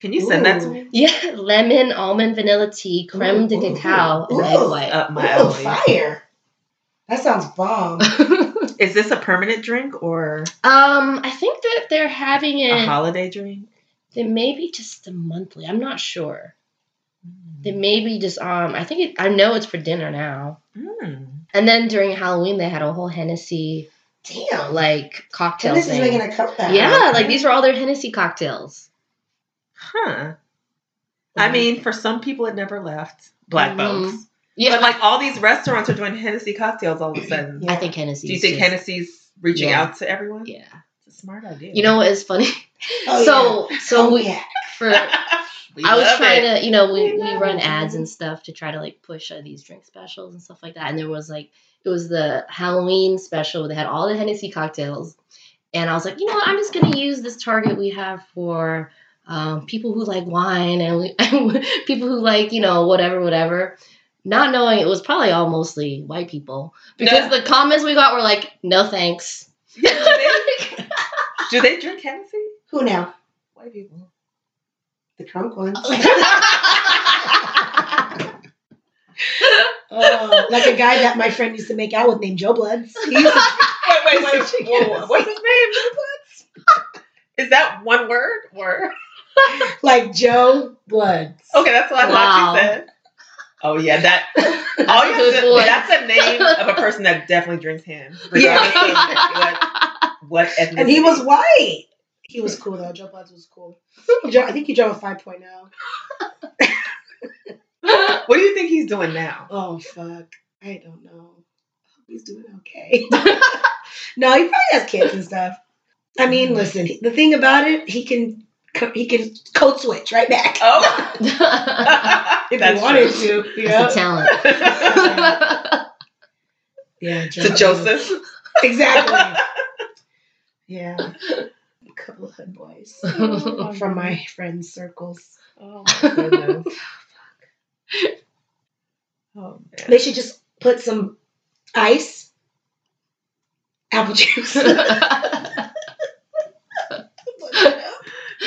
Speaker 3: Can you send that to
Speaker 4: Ooh.
Speaker 3: me?
Speaker 2: Yeah, lemon, almond, vanilla tea, creme de
Speaker 4: Ooh,
Speaker 2: cacao,
Speaker 4: ooh,
Speaker 2: and egg
Speaker 4: ooh.
Speaker 2: white.
Speaker 3: Up my
Speaker 4: Ooh,
Speaker 3: alley.
Speaker 4: fire. That sounds bomb.
Speaker 3: Is this a permanent drink or
Speaker 2: um, I think that they're having
Speaker 3: a
Speaker 4: Uh-huh.
Speaker 2: it.
Speaker 3: holiday drink?
Speaker 2: They may be just a monthly. I'm not sure. They may be just um. I think it, I know it's for dinner now.
Speaker 3: Mm.
Speaker 2: And then during Halloween, they had a whole Hennessy
Speaker 4: Damn.
Speaker 2: like cocktail
Speaker 4: Hennessy is
Speaker 2: thing.
Speaker 4: making a comeback.
Speaker 2: yeah, like these were all their Hennessy cocktails.
Speaker 3: Huh. I mean, for some people, it never left. Black
Speaker 2: Mhm.
Speaker 3: folks.
Speaker 2: yeah,
Speaker 3: But like all these restaurants are doing Hennessy cocktails all of a sudden.
Speaker 4: Yeah.
Speaker 2: I think Hennessy.
Speaker 3: Do you
Speaker 2: is
Speaker 3: think
Speaker 2: just-
Speaker 3: Hennessy's reaching
Speaker 2: Yeah.
Speaker 3: out to everyone?
Speaker 2: Yeah.
Speaker 3: It's a smart idea.
Speaker 2: You know what is funny?
Speaker 4: Oh,
Speaker 2: so
Speaker 4: yeah.
Speaker 2: so
Speaker 4: Oh,
Speaker 2: we
Speaker 4: yeah.
Speaker 2: for
Speaker 3: We
Speaker 2: I was
Speaker 3: love
Speaker 2: trying
Speaker 3: it.
Speaker 2: to, you know, we,
Speaker 3: We
Speaker 2: we
Speaker 3: love
Speaker 2: run
Speaker 3: it.
Speaker 2: ads and stuff to try to like push uh, these drink specials and stuff like that. And there was like, it was the Halloween special. They had all the Hennessy cocktails. And I was like, you know what? I'm just going to use this target we have for um, people who like wine and we, people who like, you know, whatever, whatever. Not knowing it was probably all mostly white people because the comments we got were like, no thanks.
Speaker 3: Yeah, do, they, do they drink Hennessy?
Speaker 4: Who now?
Speaker 3: White people.
Speaker 4: The drunk ones.
Speaker 2: yeah,
Speaker 4: Oh, like a guy that my friend used to make out with named Joe Bloods. He used to-
Speaker 3: Wait, wait, wait.
Speaker 4: Yes.
Speaker 3: Whoa, What's his name? Is that one word? Or
Speaker 4: like Joe Bloods.
Speaker 3: okay, that's what I
Speaker 2: Wow.
Speaker 3: thought you said. Oh yeah, that all you have
Speaker 2: Good
Speaker 3: to,
Speaker 2: boy.
Speaker 3: that's a name of a person that definitely drinks him, regardless of what, what ethnicity.
Speaker 4: And he was white. He was cool though. Joe Bloods was cool. He drove, I think he drove a oh. 5.0.
Speaker 3: What do you think he's doing now?
Speaker 4: Oh fuck. I don't know. I hope he's doing okay. no, he probably has kids and stuff. I mean, listen, the thing about it, he can he can code switch right back.
Speaker 3: Oh,
Speaker 2: that's
Speaker 4: if
Speaker 3: that's
Speaker 4: he wanted
Speaker 3: true.
Speaker 4: to, you
Speaker 2: a
Speaker 4: know?
Speaker 2: talent.
Speaker 4: Yeah, Joe
Speaker 3: to
Speaker 4: Bloods.
Speaker 3: Joseph.
Speaker 4: Exactly. yeah. A couple of hood boys from my friends' circles.
Speaker 3: Oh my goodness. Oh man.
Speaker 4: They should just put some ice, apple juice.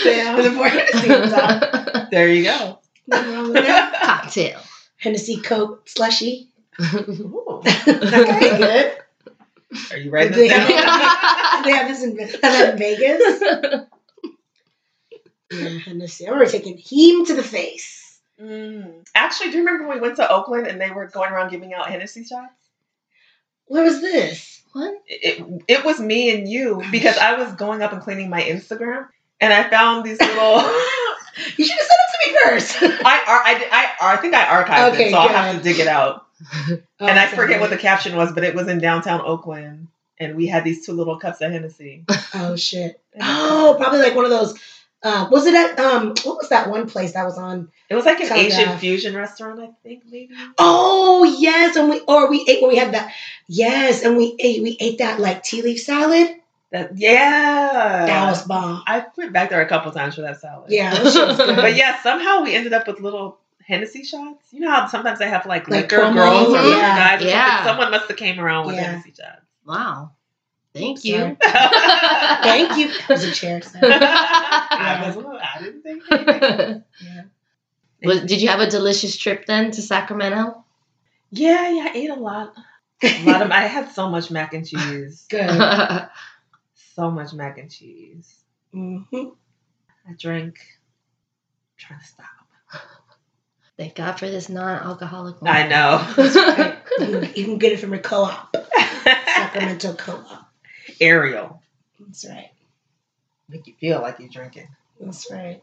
Speaker 3: Damn.
Speaker 4: The more Hennessy is on.
Speaker 3: There you go.
Speaker 4: Nothing wrong with that.
Speaker 2: Cocktail.
Speaker 4: Hennessy Coke slushy.
Speaker 3: Ooh.
Speaker 4: Okay, good.
Speaker 3: Are you writing
Speaker 4: They
Speaker 3: this down?
Speaker 4: have, they have this in, have that in Vegas. Yeah, Hennessy. I remember taking him to the face.
Speaker 3: Mm. Actually, do you remember when we went to Oakland and they were going around giving out Hennessy shots?
Speaker 4: Where was this?
Speaker 2: What?
Speaker 3: It, it, it was me and you because I was going up and cleaning my Instagram and I found these little.
Speaker 4: You should have sent it to me first.
Speaker 3: I, ar- I, did- I, ar- I think I archived
Speaker 4: Okay,
Speaker 3: it, so I'll
Speaker 4: good. Oh,
Speaker 3: have to dig it out. and I forget what the
Speaker 4: sorry.
Speaker 3: caption was, but it was in downtown Oakland, and we had these two little cups of Hennessy.
Speaker 4: Oh shit. Oh, probably like one of those Uh, was it at um? What was that one place that was on?
Speaker 3: It was like an
Speaker 4: Telegraph.
Speaker 3: Asian fusion restaurant, I think, maybe.
Speaker 4: Oh yes, and we or we ate when we had that. Yes, and we ate we ate that like tea leaf salad.
Speaker 3: That, yeah.
Speaker 4: That was bomb.
Speaker 3: I went back there a couple times for that salad.
Speaker 4: Yeah, that shit was good.
Speaker 3: But yeah, somehow we ended up with little Hennessy shots. You know how sometimes they have like,
Speaker 4: Like
Speaker 3: liquor
Speaker 4: promos,
Speaker 3: girls or
Speaker 2: yeah.
Speaker 3: liquor guys. or
Speaker 2: Yeah.
Speaker 3: something? Someone must have came around with
Speaker 4: Yeah.
Speaker 3: Hennessy shots.
Speaker 2: Wow. Thank you.
Speaker 4: Thank you. It was a chair. so-
Speaker 3: I, was, I didn't think.
Speaker 4: Yeah.
Speaker 2: Was, did you have a delicious trip then to Sacramento?
Speaker 3: Yeah, yeah, I ate a lot. A lot of. I had so much mac and cheese.
Speaker 4: Good.
Speaker 2: yeah.
Speaker 3: So much mac and cheese.
Speaker 4: Mhm.
Speaker 3: I drank. I'm trying to stop.
Speaker 2: Thank God for this non-alcoholic. one.
Speaker 3: I know.
Speaker 4: Right. You can- You can get it from a co-op, Sacramento co-op.
Speaker 3: Ariel,
Speaker 4: That's right.
Speaker 3: make you feel like you're drinking.
Speaker 4: That's right.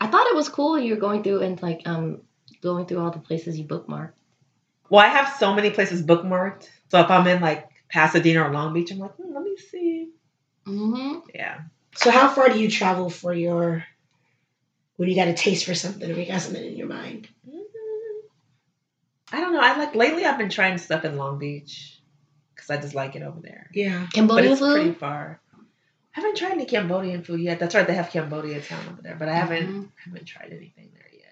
Speaker 2: I thought it was cool you were going through and like um going through all the places you bookmarked.
Speaker 3: Well, I have so many places bookmarked. So if I'm in like Pasadena or Long Beach, I'm like, hmm, let me see.
Speaker 2: Mm-hmm.
Speaker 3: Yeah.
Speaker 4: So, how far do you travel for your? When you got a taste for something, or you got something in your mind?
Speaker 3: I don't know. I like lately. I've been trying stuff in Long Beach because I just like it over there.
Speaker 4: Yeah.
Speaker 3: But
Speaker 2: Cambodian
Speaker 3: it's pretty
Speaker 2: food.
Speaker 3: far. I haven't tried any Cambodian food yet. That's right. They have Cambodia town over there, but I haven't haven't tried anything there yet.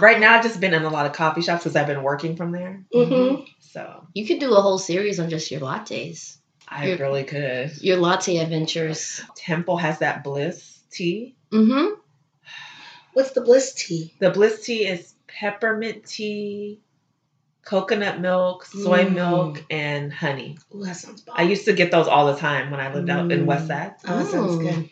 Speaker 3: Right now, I've just been in a lot of coffee shops because I've been working from there.
Speaker 4: Mm-hmm.
Speaker 3: So
Speaker 2: You could do a whole series on just your lattes,
Speaker 3: I
Speaker 2: You're-
Speaker 3: really could.
Speaker 2: your latte adventures.
Speaker 3: Temple has that bliss tea.
Speaker 2: Mm-hmm.
Speaker 4: What's the bliss tea?
Speaker 3: The bliss tea is peppermint tea, coconut milk, soy
Speaker 4: Mm.
Speaker 3: milk, and honey.
Speaker 4: Ooh, that sounds bomb.
Speaker 3: I used to get those all the time when I lived out in
Speaker 4: Mm.
Speaker 3: West Side,
Speaker 4: Oh, that sounds good.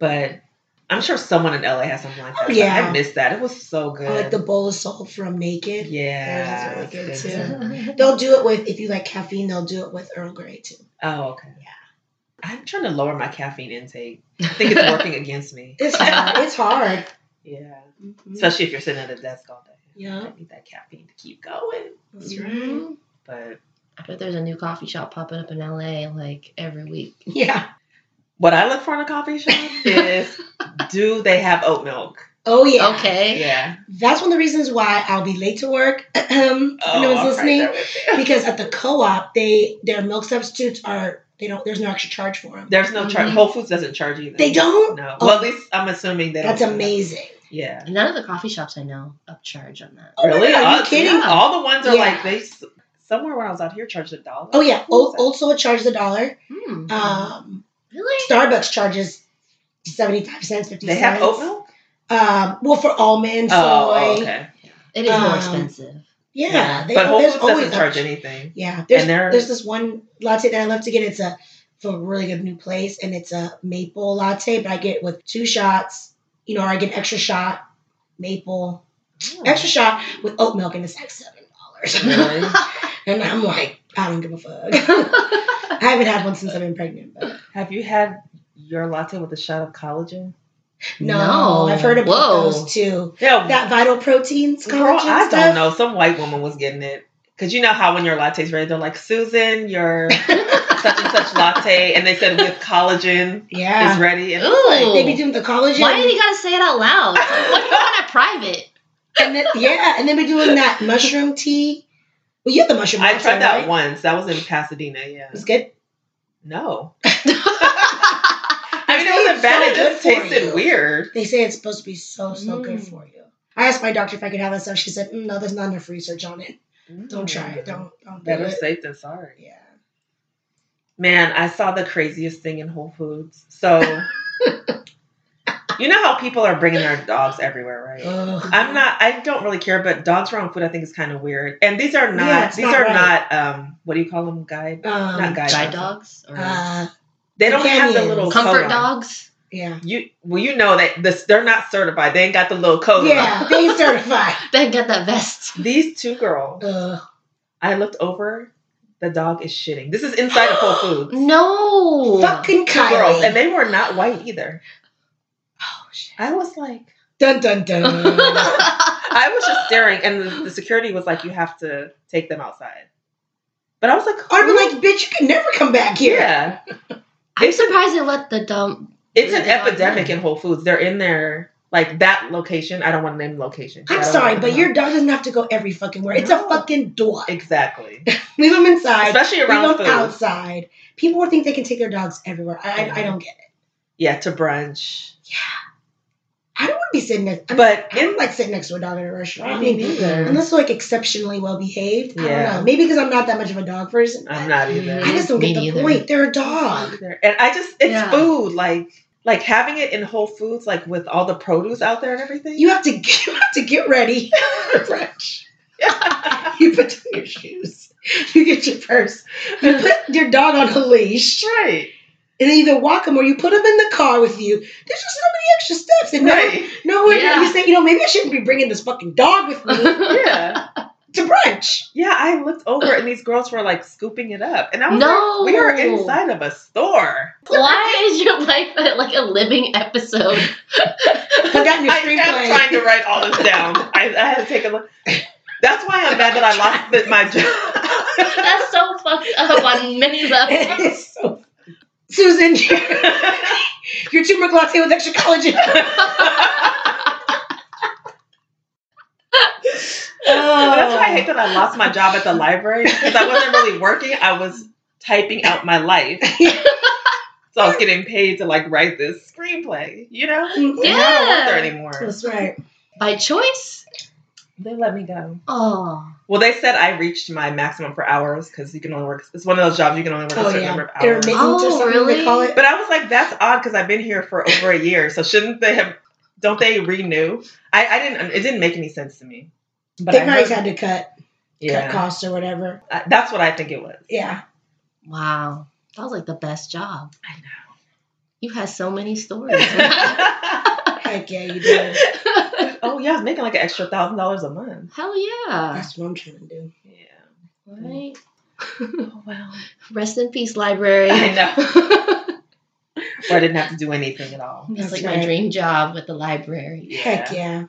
Speaker 3: but I'm sure someone in LA has something like that.
Speaker 4: Oh,
Speaker 3: but
Speaker 4: yeah.
Speaker 3: I missed that. It was so good.
Speaker 4: I like the bowl of soul from Naked.
Speaker 3: yeah,
Speaker 4: Theirs is really good,
Speaker 3: it's
Speaker 4: too.
Speaker 2: mm-hmm.
Speaker 4: They'll do it with if you like caffeine. They'll do it with Earl Grey too.
Speaker 3: Oh, okay.
Speaker 4: Yeah.
Speaker 3: I'm trying to lower my caffeine intake. I think it's working against me.
Speaker 4: It's hard. it's hard.
Speaker 3: Yeah.
Speaker 4: Mhm.
Speaker 3: Especially if you're sitting at a desk all day.
Speaker 4: Yeah.
Speaker 3: I need that caffeine to keep going.
Speaker 4: That's right.
Speaker 3: But
Speaker 2: I bet there's a new coffee shop popping up in LA like every week.
Speaker 4: Yeah.
Speaker 3: what I look for in a coffee shop is do they have oat milk?
Speaker 4: Oh yeah.
Speaker 2: Okay.
Speaker 3: Yeah.
Speaker 4: That's one of the reasons why I'll be late to work. if no
Speaker 3: Oh, I'm
Speaker 4: one's
Speaker 3: right
Speaker 4: listening.
Speaker 3: there with you.
Speaker 4: because at the co-op, they their milk substitutes are they don't. There's no extra charge for them.
Speaker 3: There's no charge.
Speaker 2: Mhm.
Speaker 3: Whole Foods doesn't charge either.
Speaker 4: Mm-hmm. They don't.
Speaker 3: No.
Speaker 4: Oh.
Speaker 3: Well, at least I'm assuming they
Speaker 4: That's
Speaker 3: don't. do that.
Speaker 4: amazing.
Speaker 3: Yeah.
Speaker 2: None of the coffee shops I know upcharge on that.
Speaker 4: Oh my
Speaker 3: really?
Speaker 4: God, are you
Speaker 3: All-
Speaker 4: kidding?
Speaker 3: yeah, All the ones are
Speaker 4: Yeah.
Speaker 3: like they. s- Somewhere when I was out here, charged a dollar.
Speaker 4: Oh yeah.
Speaker 3: What was
Speaker 4: Old,
Speaker 3: that?
Speaker 4: Old Soul charges a dollar.
Speaker 2: Hmm.
Speaker 4: Um,
Speaker 2: really?
Speaker 4: Starbucks charges seventy five cents, fifty
Speaker 3: They
Speaker 4: cents.
Speaker 3: have oat milk.
Speaker 4: Um, well, for almond, soy.
Speaker 3: Oh, okay.
Speaker 2: It is more
Speaker 4: um,
Speaker 2: expensive.
Speaker 4: Yeah, They,
Speaker 3: but Whole
Speaker 4: there's
Speaker 3: Foods
Speaker 4: always
Speaker 3: doesn't charge
Speaker 4: options.
Speaker 3: anything.
Speaker 4: Yeah, there's
Speaker 3: And they're-
Speaker 4: there's this one latte that I love to get. It's a from a really good new place, and it's a maple latte. But I get it with two shots, you know, or I get an extra shot maple,
Speaker 3: Hmm.
Speaker 4: extra shot with oat milk, and it's like seven dollars.
Speaker 3: Really?
Speaker 4: and I'm like, I don't give a fuck. I haven't had one since I've been pregnant. But
Speaker 3: Have you had your latte with a shot of collagen?
Speaker 4: no,
Speaker 2: No.
Speaker 4: I've heard about
Speaker 2: Whoa.
Speaker 4: those too.
Speaker 3: Yeah.
Speaker 4: That vital proteins
Speaker 3: Girl,
Speaker 4: collagen
Speaker 3: I
Speaker 4: stuff.
Speaker 3: don't know. Some white woman was getting it. Cause you know how when your latte's ready, they're like, Susan, your such and such latte, and they said with collagen is
Speaker 4: Yeah,
Speaker 3: ready. And
Speaker 2: Ooh.
Speaker 4: they be doing the collagen.
Speaker 2: Why did you gotta say it out loud? Why do you want it private?
Speaker 4: And then yeah, and then we're doing that mushroom tea. Well, you had the mushroom.
Speaker 3: I
Speaker 4: latte,
Speaker 3: tried that
Speaker 4: right?
Speaker 3: once. That was in Pasadena. Yeah.
Speaker 4: It was good.
Speaker 3: No.
Speaker 4: They
Speaker 3: I mean,
Speaker 4: say
Speaker 3: it
Speaker 4: it's
Speaker 3: wasn't bad. It
Speaker 4: so
Speaker 3: just
Speaker 4: good for
Speaker 3: tasted
Speaker 4: you.
Speaker 3: weird.
Speaker 4: They say it's supposed to be so so good
Speaker 2: Mm.
Speaker 4: for you. I asked my doctor if I could have that stuff. She said, mm, "No, there's not enough research on it. Don't
Speaker 3: Mm.
Speaker 4: try it. Don't don't do
Speaker 3: Better
Speaker 4: it."
Speaker 3: safe than sorry.
Speaker 4: Yeah.
Speaker 3: Man, I saw the craziest thing in Whole Foods. So, you know how people are bringing their dogs everywhere, right?
Speaker 4: Ugh.
Speaker 3: I'm not. I don't really care, but dogs around food, I think, is kind of weird. And these are not.
Speaker 4: Yeah, it's
Speaker 3: these
Speaker 4: not
Speaker 3: are
Speaker 4: right.
Speaker 3: not. Um, what do you call them? Guide.
Speaker 4: Um,
Speaker 3: not guide.
Speaker 2: Guide
Speaker 3: dogs.
Speaker 2: dogs or Oh,
Speaker 4: uh,
Speaker 3: They don't have the
Speaker 4: companions.
Speaker 3: little
Speaker 2: comfort
Speaker 3: code on.
Speaker 2: dogs?
Speaker 4: yeah.
Speaker 3: You well, you know that this. They're not certified. They ain't got the little code.
Speaker 4: Yeah, they ain't certified.
Speaker 2: Then get that vest.
Speaker 3: On. These two girls.
Speaker 4: Ugh.
Speaker 3: I looked over. The dog is shitting. This is inside of Whole Foods.
Speaker 2: No.
Speaker 4: Fucking
Speaker 3: Two girls, and
Speaker 4: Kylie.
Speaker 3: they were not white either.
Speaker 4: Oh, shit.
Speaker 3: I was like,
Speaker 4: Dun dun dun.
Speaker 3: I was just staring, and the, the security was like, "You have to take them outside." But I was like,
Speaker 4: I'd
Speaker 3: "Who
Speaker 4: be like, "Bitch, you could never come back here."
Speaker 3: Yeah.
Speaker 2: I'm surprised they let the dumb
Speaker 3: It's an
Speaker 2: Really dog
Speaker 3: epidemic
Speaker 2: men.
Speaker 3: in Whole Foods. They're in there, like that location. I don't want to name the location. I
Speaker 4: I'm
Speaker 3: don't
Speaker 4: sorry,
Speaker 3: know.
Speaker 4: but your dog doesn't have to go every fucking where. It's a
Speaker 3: No.
Speaker 4: fucking door.
Speaker 3: exactly,
Speaker 4: Leave them inside.
Speaker 3: especially around
Speaker 4: Leave them
Speaker 3: food.
Speaker 4: outside. People think they can take their dogs everywhere. I, I, I don't get it.
Speaker 3: Yeah, to brunch.
Speaker 4: I don't want to be sitting next. I,
Speaker 3: But
Speaker 4: I don't like sitting next to a dog at a restaurant. I
Speaker 3: Me
Speaker 4: mean,
Speaker 3: neither.
Speaker 4: unless they're like exceptionally well behaved. I
Speaker 3: Yeah.
Speaker 4: don't know. Maybe because I'm not that much of a dog person.
Speaker 3: I'm not either.
Speaker 4: I just don't
Speaker 2: Me
Speaker 4: get the
Speaker 2: neither.
Speaker 4: point. They're a dog.
Speaker 3: And I just it's
Speaker 2: Yeah.
Speaker 3: food like like having it in Whole Foods like with all the produce out there and everything.
Speaker 4: You have to you have to get ready for brunch. you put down your shoes. You get your purse. You put your dog on a leash,
Speaker 3: right,
Speaker 4: and then you either walk him or you put him in the car with you. There's just so many extra steps, and
Speaker 3: right,
Speaker 4: no, no one
Speaker 2: Yeah.
Speaker 4: you say, you know, maybe I shouldn't be bringing this fucking dog with me
Speaker 3: yeah,
Speaker 4: to brunch.
Speaker 3: yeah. I looked over and these girls were like scooping it up, and I was
Speaker 2: No.
Speaker 3: like, we are inside of a store.
Speaker 2: Why is your life at, like a living episode?
Speaker 4: I got in your
Speaker 3: I am
Speaker 4: screenplay.
Speaker 3: trying to write all this down. I, I had to take a look. That's why I'm mad that I lost it- my job.
Speaker 2: That's so fucked up on many levels.
Speaker 4: It is so- Susan, your, your turmeric latte with extra collagen.
Speaker 3: That's why I hate that I lost my job at the library because I wasn't really working. I was typing out my life. so I was getting paid to like write this screenplay, you know? And now I don't work
Speaker 2: Yeah.
Speaker 3: there anymore.
Speaker 4: That's right.
Speaker 2: By choice?
Speaker 3: They let me go.
Speaker 2: Oh.
Speaker 3: Well, they said I reached my maximum per hours because you can only work. It's one of those jobs you can only work a
Speaker 4: Oh
Speaker 3: certain
Speaker 4: yeah,
Speaker 3: number of hours.
Speaker 4: intermittent or
Speaker 2: Oh,
Speaker 4: something they
Speaker 2: really?
Speaker 4: call it.
Speaker 3: But I was like, that's odd because I've been here for over a year. So shouldn't they have? Don't they renew? I, I didn't. um, It didn't make any sense to me. But
Speaker 4: They
Speaker 3: I
Speaker 4: probably
Speaker 3: heard-
Speaker 4: had to cut, cut
Speaker 3: yeah,
Speaker 4: costs or whatever.
Speaker 3: I- that's what I think it was.
Speaker 4: Yeah.
Speaker 2: Wow. That was like the best job.
Speaker 3: I
Speaker 2: You had so many stories.
Speaker 3: know.
Speaker 4: Heck yeah, you did.
Speaker 3: oh yeah, I was making like an extra thousand dollars a month.
Speaker 2: Hell yeah.
Speaker 4: That's what I'm trying to do.
Speaker 3: Yeah.
Speaker 2: Right?
Speaker 3: Oh wow.
Speaker 2: Rest in peace, library.
Speaker 3: I know.
Speaker 2: That's
Speaker 3: Or I didn't have to do anything at all.
Speaker 4: That's
Speaker 2: like
Speaker 4: right.
Speaker 2: my dream job with the library.
Speaker 4: Heck yeah.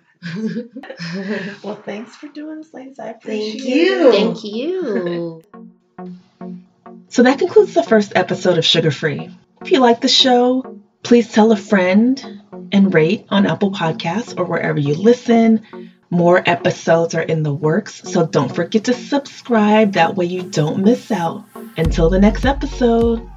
Speaker 3: Well, thanks for doing this, ladies. I appreciate it.
Speaker 4: Thank you.
Speaker 2: Thank you.
Speaker 1: So that concludes the first episode of Sugar Free. If you like the show, please tell a friend and rate on Apple Podcasts or wherever you listen. More episodes are in the works, so don't forget to subscribe. That way you don't miss out. Until the next episode.